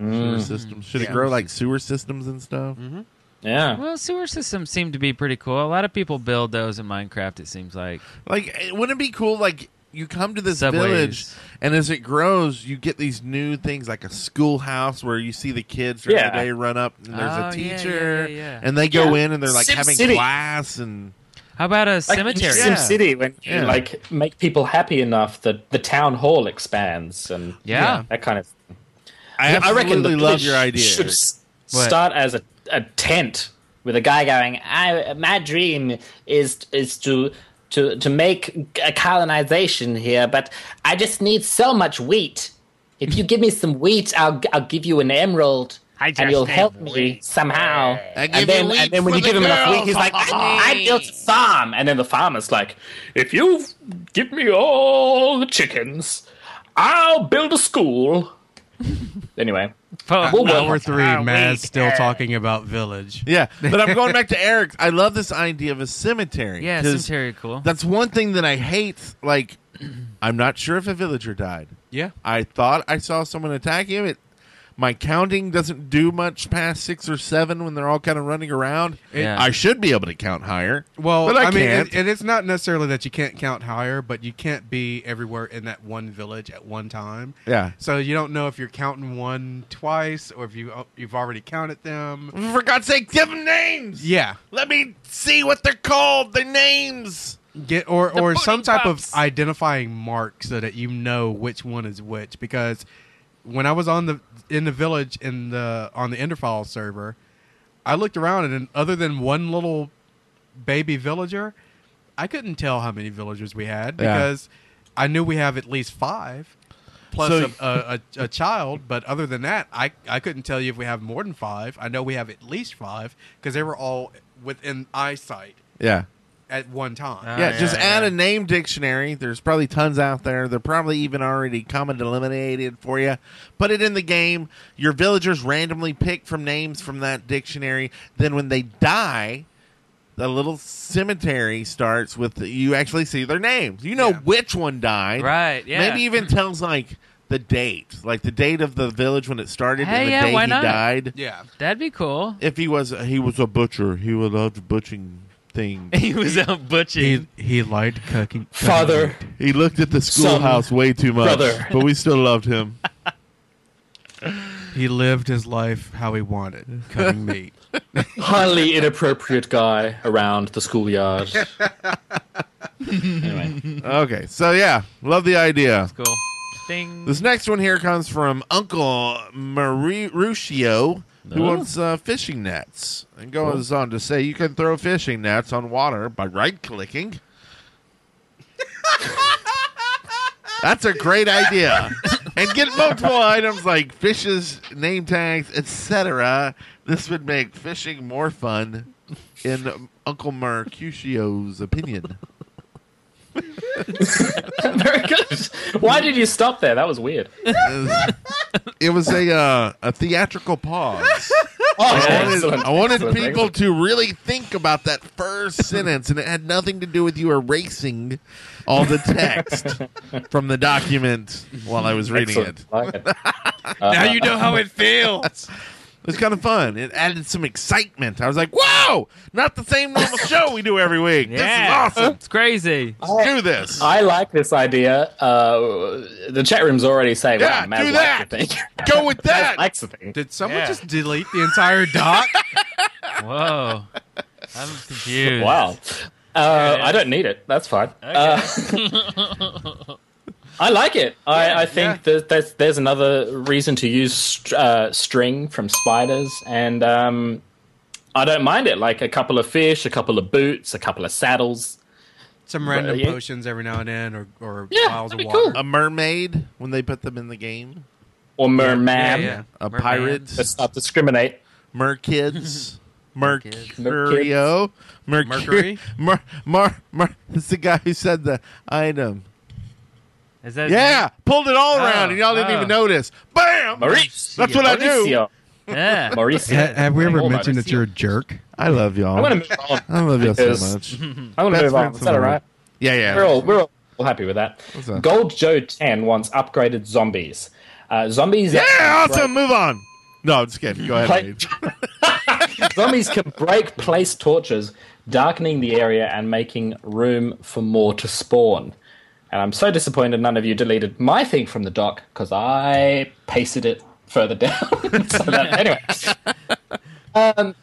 Mm.
Sewer systems. Should
Yeah.
it grow like sewer systems and stuff? Mm-hmm.
Well, sewer systems seem to be pretty cool. A lot of people build those in Minecraft. It seems like.
Like, eh, wouldn't it be cool? Like, you come to this
Subways.
village, and as it grows, you get these new things like a schoolhouse where you see the kids during
Yeah.
the day run up, and there's
Oh, yeah,
a teacher,
yeah, yeah, yeah.
and they go
Yeah.
in and they're like
Sim
having
City.
class and.
How about a
Like
cemetery?
in Sim City, when you
Yeah.
like make people happy enough that the town hall expands and
Yeah. Yeah.
that kind of. Thing.
I
reckon the
absolutely love
village
your idea.
Should s-
What?
start as a, a tent with a guy going, "I my dream is is to." To, to make a colonization here, but I just need so much wheat. If you give me some wheat, I'll I'll give you an emerald, and you'll help me somehow. And then and then when you give him enough wheat, he's like, I, I built a farm. And then the farmer's like, if you give me all the chickens, I'll build a school. anyway.
Uh, hour three,
Ah,
Maz
wait.
still talking about village.
Yeah, but I'm going back to Eric. I love this idea of a cemetery.
Yeah,
'cause
cemetery, cool.
That's one thing that I hate. Like, I'm not sure if a villager died.
Yeah.
I thought I saw someone attack him. It,
My counting doesn't do much past six or seven when they're all kind of running around.
Yeah.
I should be able to count higher.
Well,
but I,
mean,
can't.
and- and it's not necessarily that you can't count higher, but you can't be everywhere in that one village at one time.
Yeah.
So you don't know if you're counting one twice or if you uh, you've already counted them.
For God's sake, give them names.
Yeah.
Let me see what they're called. Their names.
Get or
The
or
booty
some type
pops.
of identifying mark so that you know which one is which. Because when I was on the in the village in the on the Enderfall server, I looked around and other than one little baby villager, I couldn't tell how many villagers we had
Yeah.
because I knew we have at least five plus
So-
a, a, a, a child. But other than that, I I couldn't tell you if we have more than five. I know we have at least five because they were all within eyesight
Yeah.
at one time.
yeah, just add a name dictionary. There's probably tons out there. They're probably even already common eliminated for you. Put it in the game. Your villagers randomly pick from names from that dictionary. Then when they die, the little cemetery starts with you actually see their names. You know which one died.
Right, yeah.
Maybe even tells like the date, like the date of the village when it started
Hey,
and the
yeah,
day
why
he
not?
died.
Yeah.
That'd be cool.
If he was he was a butcher, he would love butchering things.
He was out butching.
He liked cooking.
Father,
He looked at the
son,
schoolhouse way too much,
brother.
but we still loved him.
He lived his life how he wanted, cutting meat.
Highly inappropriate guy around the schoolyard.
okay, so yeah, love the idea.
That's cool. Ding.
This next one here comes from Uncle Mauricio, who
Oh.
Ooh.
wants uh, fishing nets, and goes on to say you can throw fishing nets on water by right-clicking. That's a great idea. and get multiple items like fishes, name tags, etc. This would make fishing more fun, in Uncle Mercutio's opinion.
Very good. Why did you stop there? That was weird.
It was a uh, a theatrical pause.
Oh,
I wanted,
excellent,
I wanted
excellent,
people to really think about that first sentence, and it had nothing to do with you erasing all the text from the document while I was reading it.
Excellent. it.
Now
you know how it
feels. It was kind of fun. It added some excitement. I was like, "Wow! Not the same normal show we do every week. This is awesome.
It's crazy.
Let's do this."
I like this idea. Uh, the chat room's already saying, wow,
Yeah,
Maz
do
likes
that.
the thing.
Go with that.
likes the thing.
Did someone
Yeah.
just delete the entire doc?
Whoa. I'm confused.
Wow. Uh, I don't need it. That's fine. Uh, I like it. I, I think that there's, there's another reason to use str- uh, string from spiders, and um, I don't mind it. Like a couple of fish, a couple of boots, a couple of saddles.
Some random
Yeah.
potions every now and then, or or
Yeah,
vials of
that'd be cool.
water.
A mermaid when they put them in the game,
Or merman.
a pirate.
Let's not discriminate.
Merkids.
Merkids.
Mercurio. Mercury.
Mercury?
Mer, Mer, Mer, it's the guy who said the item.
Is that
Yeah, pulled it all
Oh,
around, and y'all didn't
oh.
even notice. Bam!
Mauricio,
That's what
Mauricio.
I do.
Yeah.
Ha- have we ever mentioned that you're a jerk?
I love y'all.
I want to move on.
I love y'all
because-
so much.
I want to move
Best
on.
friends
Is that all
forever.
right?
Yeah, yeah.
We're all, we're all all happy with that.
that?
Gold Joe 10 wants upgraded zombies. Uh, zombies. that can
yeah,
break-
awesome. Move on. No, I'm just kidding. Go ahead.
Play- Zombies can break place torches, darkening the area and making room for more to spawn. And I'm so disappointed none of you deleted my thing from the doc because I pasted it further down. so that, anyway, um,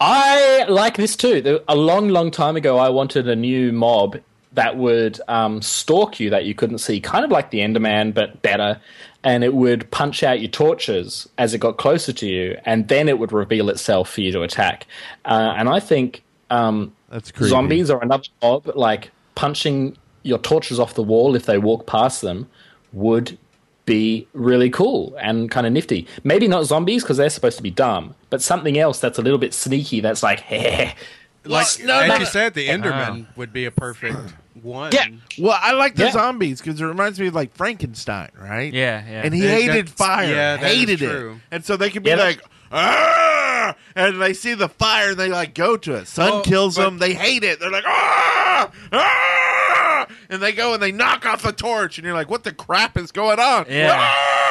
I like this too. The- A long, long time ago, I wanted a new mob that would um, stalk you that you couldn't see, kind of like the Enderman, but better. And it would punch out your torches as it got closer to you, and then it would reveal itself for you to attack. Uh, and I think um,
That's creepy.
zombies or another mob, like punching your torches off the wall if they walk past them, would be really cool and kind of nifty. Maybe not zombies because they're supposed to be dumb, but something else that's a little bit sneaky. That's like,
Like
Well, no,
as
no.
you said, the
Wow.
Enderman would be a perfect one.
Yeah.
Well, I like the
Yeah.
zombies because it reminds me of like Frankenstein, right?
Yeah, yeah.
And he
Yeah,
hated
that's-
fire,
yeah, that is
hated it,
true.
and so they could be
Yeah, that-
like, "Ah!" and they see the fire, and they like go to it. Sun
Well,
kills
but-
them. They hate it. They're like, ah, ah, and they go and they knock off the torch, and you're like, what the crap is going on?
Yeah.
"Ah!"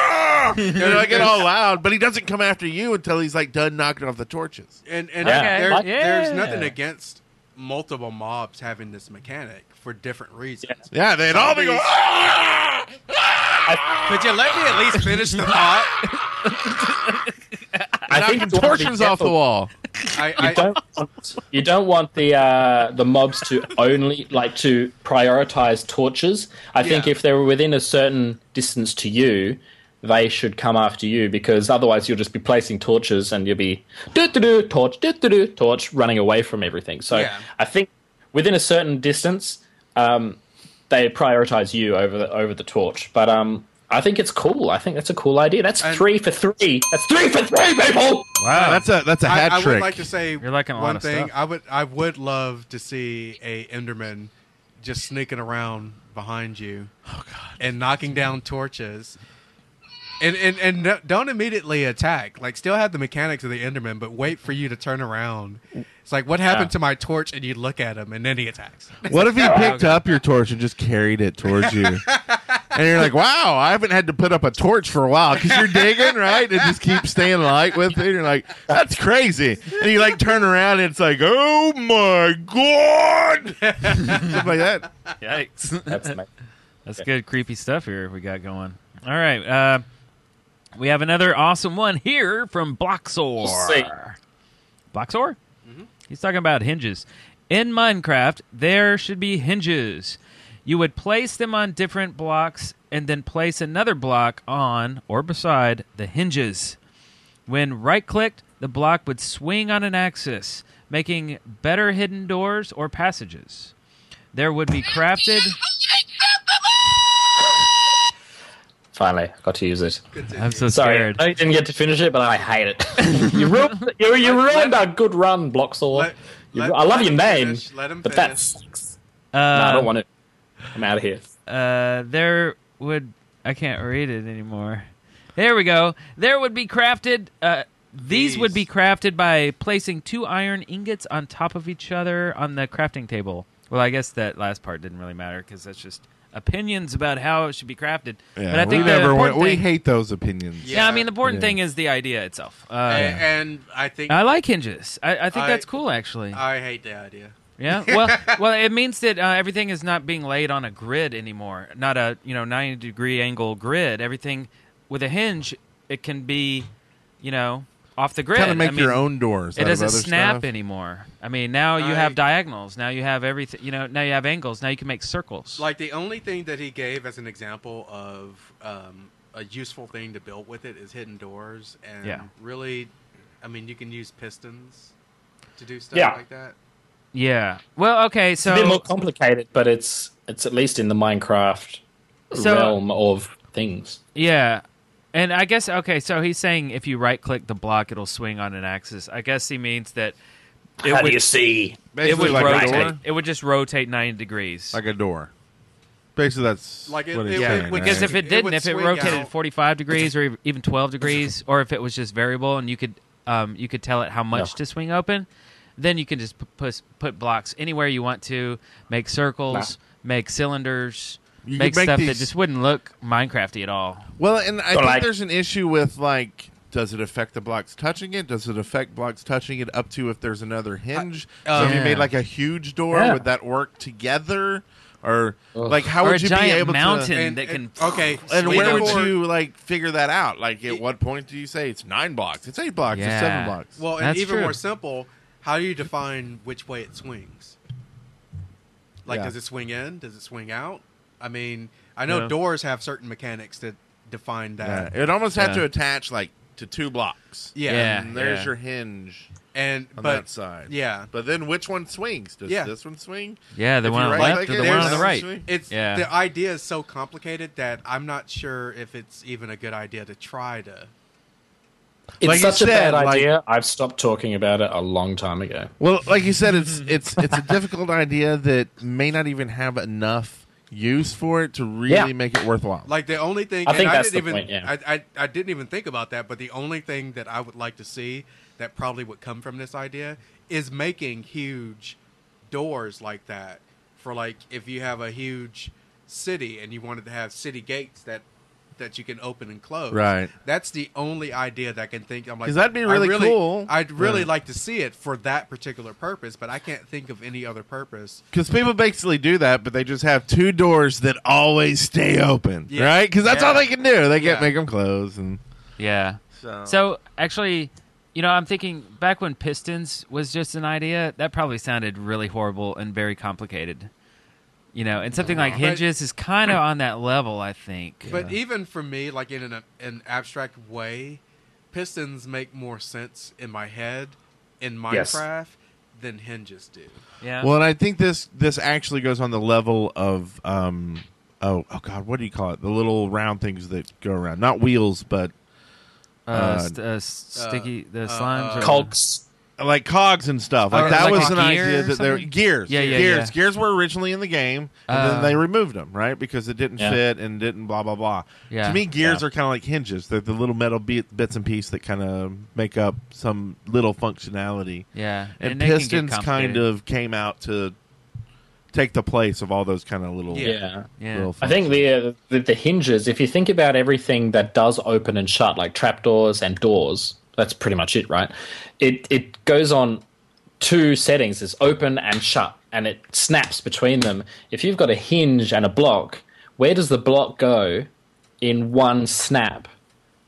you know, I get all loud, but he doesn't come after you until he's like done knocking off the torches.
And and
Yeah.
there-
Okay.
there's
Yeah.
nothing against multiple mobs having this mechanic for different reasons.
Yeah, they'd all be going,
Could you let me at least finish the thought?
I think you wanna be careful.
I,
You don't want, you don't want the uh, the mobs to only like to prioritize torches. I think
Yeah.
if they were within a certain distance to you, they should come after you because otherwise you'll just be placing torches and you'll be do do do torch do do do torch running away from everything. So
Yeah.
I think within a certain distance, um, they prioritize you over the, over the torch. But um, I think it's cool. I think that's a cool idea. That's three for three. That's three for three, people.
Wow, that's a that's a
I-
hat
I,
trick.
would like to say
You're liking a lot
one
of
thing.
stuff.
I would I would love to see a Enderman just sneaking around behind you,
Oh,
and knocking down torches, and and and no- don't immediately attack. Like still have the mechanics of the Enderman, but wait for you to turn around. It's like what happened
Yeah.
to my torch, and you look at him, and then he attacks.
What if he picked up your torch and just carried it towards you? and you're like, wow, I haven't had to put up a torch for a while because you're digging, right? It just keeps staying light with it. you're like, that's crazy. And you like turn around and it's like, oh my God. Something like that.
Yikes.
That's
That's, good creepy stuff here we got going. All right. Uh, we have another awesome one here from Bloxor.
Let's see.
Bloxor? He's talking about hinges. In Minecraft, there should be hinges. You would place them on different blocks and then place another block on or beside the hinges. When right clicked, the block would swing on an axis, making better hidden doors or passages. There would be crafted.
Finally, got to use it.
I'm so
Sorry,
scared.
I didn't get to finish it, but I hate it. you ruined, you, you ruined a good run, Bloxor. You ru- I love your name, but that sucks.
Uh,
no, I don't want it. I'm out of here.
Uh, there would I can't read it anymore. There we go. There would be crafted. Uh, these would be crafted by placing two iron ingots on top of each other on the crafting table. Well, I guess that last part didn't really matter because that's just opinions about how it should be crafted.
Yeah,
but I think
we,
the
never went-
important
we
thing-
hate those opinions.
Yeah, I mean the important thing is the idea itself. Uh,
and, and I think
I like hinges. I, I think
I-
that's cool, actually.
I hate the idea.
Yeah. Well, well, it means that uh, everything is not being laid on a grid anymore. Not a you know ninety degree angle grid. Everything with a hinge, it can be, you know, off the grid.
Kinda make
I mean,
your own doors out
It
of
doesn't
other
snap
stuff.
anymore. I mean, now you
I-
have diagonals. Now you have everything. You know, now you have angles. Now you can make circles.
Like the only thing that he gave as an example of um, a useful thing to build with it is hidden doors, and
Yeah.
really, I mean, you can use pistons to do stuff
Yeah.
like that.
Yeah. Well, okay.
It's a bit more complicated, but it's it's at least in the Minecraft
So-
realm of things.
Yeah. And I guess okay, so he's saying if you right click the block it'll swing on an axis. I guess he means that it
How do
would,
you see?
It
Basically
would
like a
rotate.
door?
It would just rotate 90 degrees.
Like a door. Basically, that's
Like it-
what he's
it-
saying,
it would-
right?
because if it
It
didn't,
would
if it
swing
rotated
out.
45 degrees or ev- even 12 degrees or if it was just variable and you could um, you could tell it how much to swing open, then you can just p- pus- put blocks anywhere you want to, make circles, make cylinders,
You could
make
make
stuff that
these-
just wouldn't look Minecrafty at all.
Well, and I
So,
think
like-
there's an issue with like, does it affect the blocks touching it? Does it affect blocks touching it up to if there's another hinge?
uh,
so if you
Yeah.
made like a huge door,
Yeah.
would that work together? Or like, how
Or a
would you be
giant
able
mountain
to? oh,
that can-
okay, and
swing
where
up.
would you like figure that out? Like, at what point do you say it's nine blocks? It's eight blocks. It's seven
Yeah.
blocks.
Well, and
That's
even
true.
more simple, how do you define which way it swings? Like,
Yeah.
does it swing in? Does it swing out? I mean, I know
Yeah.
doors have certain mechanics that define that.
Yeah. It would almost have
Yeah.
to attach like to two blocks.
Yeah. Yeah,
and there's
yeah.
your hinge.
And
on
but-
that side,
yeah.
But then which one swings? Does
Yeah.
this one swing?
Yeah, the
If
one
you
on the
right
left
click
or the
it,
one on
does
the
it
right?
swing?
It's
Yeah.
the idea is so complicated that I'm not sure if it's even a good idea to try to.
It's
Like you
such a
said,
bad
like-
idea. I've stopped talking about it a long time ago.
Well, like you said, it's it's it's a difficult idea that may not even have enough use for it to really
Yeah.
make it worthwhile.
Like the only thing
I
and
think that's
didn't
the
even
point, yeah.
I, I I didn't even think about that, but the only thing that I would like to see that probably would come from this idea is making huge doors like that for like if you have a huge city and you wanted to have city gates that that you can open and close.
Right.
That's the only idea that I can think. I'm like,
'Cause that'd be
I
really cool.
I'd really
Right.
like to see it for that particular purpose, but I can't think of any other purpose.
Because people basically do that, but they just have two doors that always stay open,
Yeah.
right? Because that's all
Yeah.
they can do. They can't
Yeah.
make them close. And
Yeah.
So,
So actually, you know, I'm thinking back when Pistons was just an idea, that probably sounded really horrible and very complicated. You know, and something like
But-
hinges is kind of on that level, I think.
But even for me, like in an, an abstract way, pistons make more sense in my head in
Yes.
Minecraft than hinges do.
Yeah.
well, and I think this this actually goes on the level of um oh oh god, what do you call it? The little round things that go around, not wheels, but
Uh, st- uh, s- sticky- the Uh,
Oh,
slimes or-
cogs, like cogs and stuff. Like
Or
that
Oh, like
was
a
an
gear
idea
or
that they're
something?
gears,
Yeah, yeah,
gears,
yeah.
gears were originally in the game, and
Uh,
then they removed them, right? Because it didn't
Yeah.
fit and didn't blah blah blah.
Yeah.
To me, gears
Yeah.
are kind of like hinges. They're the little metal bit, bits and pieces that kind of make up some little functionality.
Yeah.
and,
And they can get
pistons kind
complicated.
of came out to take the place of all those kind of little
Yeah.
little
I think the, the the hinges. If you think about everything that does open and shut, like trapdoors and doors, that's pretty much it, right? It it goes on two settings: is open and shut, and it snaps between them. If you've got a hinge and a block, where does the block go in one snap?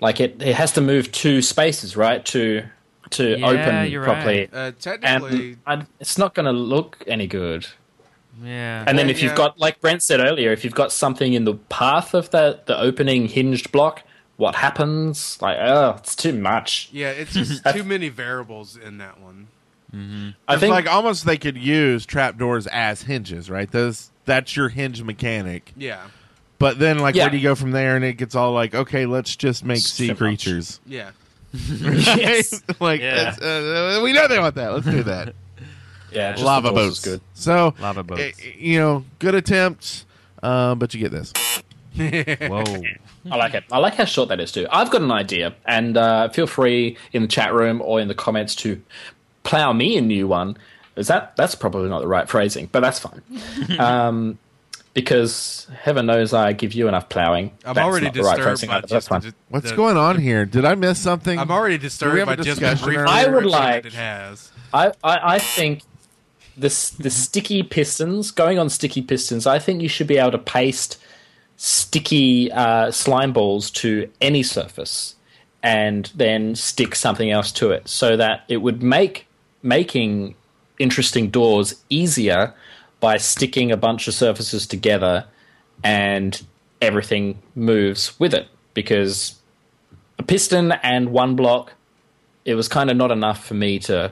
Like it, it has to move two spaces, right? To to
Yeah,
open
you're
properly.
right. Uh,
And
technically-
I- it's not going to look any good.
yeah.
And then if you've got, like Brent said earlier, if you've got something in the path of the the opening hinged block, what happens? Like, oh, it's too much.
Yeah, it's just too many variables in that one.
I
It's
think-
like almost they could use trapdoors as hinges, right? Those that's your hinge mechanic.
Yeah.
But then, like, where
Yeah.
do you go from there? And it gets all like, okay, let's just make sea creatures.
Yeah.
Yes. like that's- uh, uh, we know they want that. Let's do that.
Yeah, just
lava
the doors is
boats.
good.
So
Lava
eh,
boats.
you know, good attempts, uh, but you get this. Whoa.
I like it. I like how short that is too. I've got an idea, and uh, feel free in the chat room or in the comments to plow me a new one. Is that that's probably not the right phrasing, but that's fine. um, because heaven knows I give you enough plowing.
I'm
That's
already
not the right
disturbed
phrasing
by
either, but that's fine.
What's going on here? Did I miss something? I'm
already
Do we
disturbed
have
by
a
just the
discussion
brief
earlier? I would
description
like-
that it has.
I, I, I think this the sticky pistons going on sticky pistons. I think you should be able to paste sticky uh, slime balls to any surface and then stick something else to it, so that it would make making interesting doors easier by sticking a bunch of surfaces together and everything moves with it because a piston and one block it was kind of not enough for me to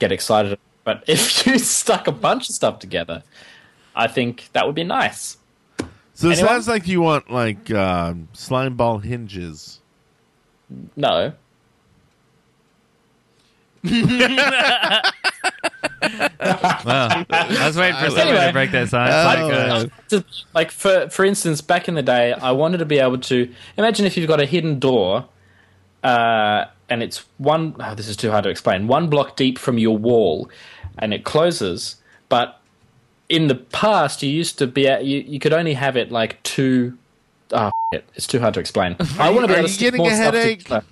get excited. But if you stuck a bunch of stuff together, I think that would be nice.
So it
Anyone?
sounds like you want like um, slime ball hinges.
No.
Wow. I was waiting for
Anyway,
someone to break that
I-
silence. Like, uh,
I- just- like for for instance, back in the day, I wanted to be able to imagine if you've got a hidden door, uh, and it's one. oh, this is too hard to explain. One block deep from your wall, and it closes. But in the past, you used to be a- you, you could only have it like two. Ah, f- it. it's too hard to explain. I want to be
Are
able to
you
stick
getting
more
a
stuff
headache?
together.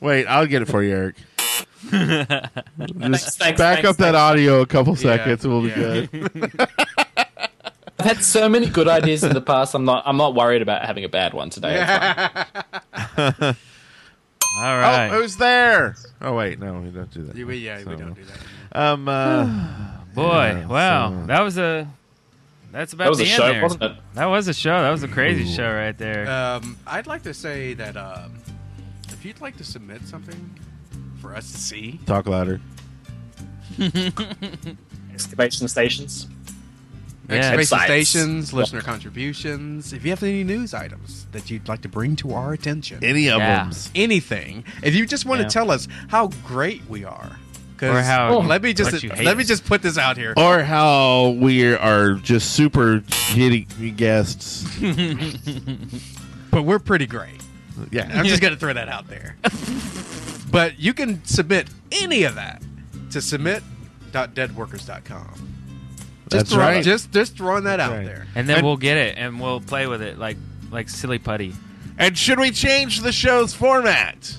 Wait, I'll get it for you, Eric.
Thanks,
Just back
thanks, thanks,
up that
thanks.
audio a couple
Yeah,
seconds. We'll be
yeah.
good.
I've had so many good ideas in the past. I'm not. I'm not worried about having a bad one today. It's fine.
All
Oh, who's there? Oh wait, no, we don't do that.
Yeah, we- yeah, we don't
do that. Um, uh,
boy,
yeah,
wow,
so-
that was a that's about
That was
the
a
end
show,
there.
wasn't it?
That was a show. That was a crazy show right there.
Um, I'd like to say that um, if you'd like to submit something for us to see,
Talk louder.
Excavation stations.
excavation
Websites.
stations, listener contributions. If you have any news items that you'd like to bring to our attention,
Any of Yeah. 'em.
anything. If you just want
Yeah.
to tell us how great we are, 'cause-
Or how you-
let me just
what you hate
let me
us.
just put this out here.
Or how we are just super shitty guests.
but we're pretty great.
Yeah,
I'm just gonna throw that out there. but you can submit any of that to submit.deadworkers.com. Just
That's
throwing-
right.
Just just throwing that out there.
and then we'll get it and we'll play with it like like silly putty.
And should we change the show's format?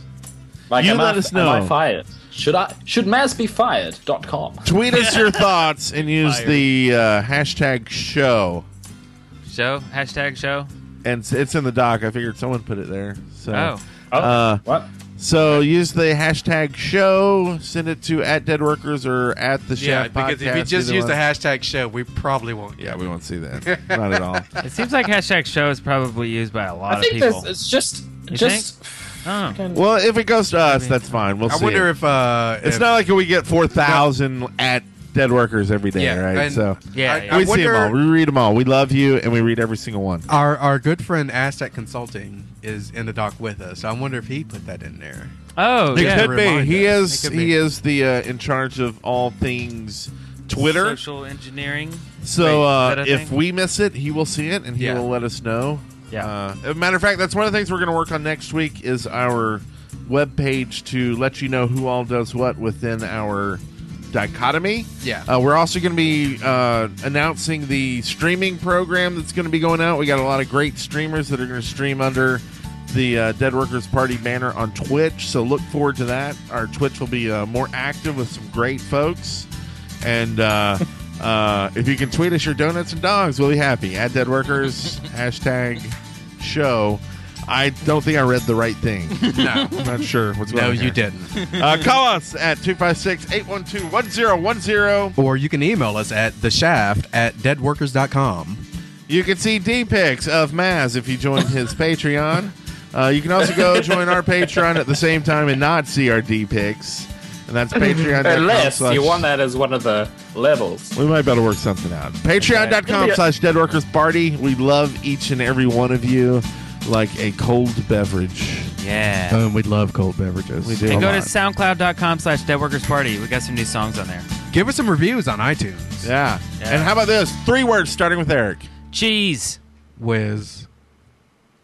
Like,
you
am
let
I,
us
am I
know.
fired? Should I? Should Maz be fired? Dot com.
Tweet us your thoughts and use
Fire.
the uh, hashtag show.
Show hashtag show.
And it's, it's in the doc. I figured someone put it there. So,
Oh.
Oh,
uh,
what?
So use the hashtag show. Send it to at Dead Workers or at the
yeah,
Chef
because
Podcast.
if we just
either
use the
one.
hashtag show, we probably won't.
Yeah, we won't see that. Not at all.
It seems like hashtag show is probably used by a lot
I think
of people.
that's-
it's just
You
just.
Oh.
Well, if it goes to us, that's fine. We'll
I
see.
wonder if, uh,
it's
if-
not like we get four thousand at Dead Workers every day,
Yeah,
right?
and
So
Yeah, I- yeah.
we
I
see them all.
wonder-
We read them all. We love you, and we read every single one.
Our our good friend Aztec Consulting is in the dock with us. I wonder if he put that in there.
Oh,
It
yeah.
could be.
Remind
He
us.
is.
It could
He
be.
is the uh, in charge of all things Twitter.
social engineering.
So
Wait, is
uh,
that a
if
thing?
we miss it, he will see it and he
Yeah.
will let us know.
Yeah.
Uh, as a matter of fact, that's one of the things we're going to work on next week is our web page to let you know who all does what within our dichotomy.
Yeah.
Uh, we're also going to be uh, announcing the streaming program that's going to be going out. We got a lot of great streamers that are going to stream under the uh, Dead Workers Party banner on Twitch. So look forward to that. Our Twitch will be uh, more active with some great folks. And uh, uh, if you can tweet us your donuts and dogs, we'll be happy. At Dead Workers, hashtag show. I don't think I read the right thing.
No.
I'm not sure what's going
No,
on.
you
here.
didn't.
Uh, call us at 256 812 1010.
Or you can email us at the shaft at deadworkers.com.
You can see D pics of Maz if you join his Patreon. Uh, you can also go join our Patreon at the same time and not see our D pics. And that's Patreon.
Unless you want that as one of the levels.
We might better work something out. Patreon.com
Okay.
slash Dead Workers Party. We love each and every one of you like a cold beverage.
Yeah.
Oh,
Um, we love cold beverages.
We
and go to soundcloud.com slash deadworkers party. We got some new songs on there.
Give us some reviews on iTunes.
Yeah. And how about this? Three words starting with Eric.
Cheese.
Whiz.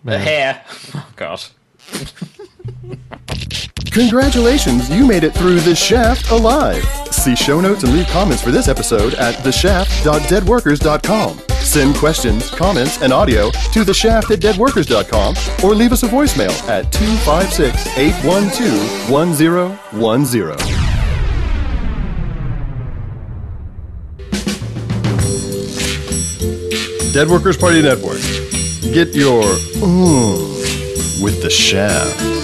The hair. Oh, God.
Congratulations, you made it through The Shaft alive. See show notes and leave comments for this episode at theshaft.deadworkers.com. Send questions, comments, and audio to theshaft at deadworkers.com or leave us a voicemail at 256 812 1010. Dead Workers Party Network. Get your ooh with The Shaft.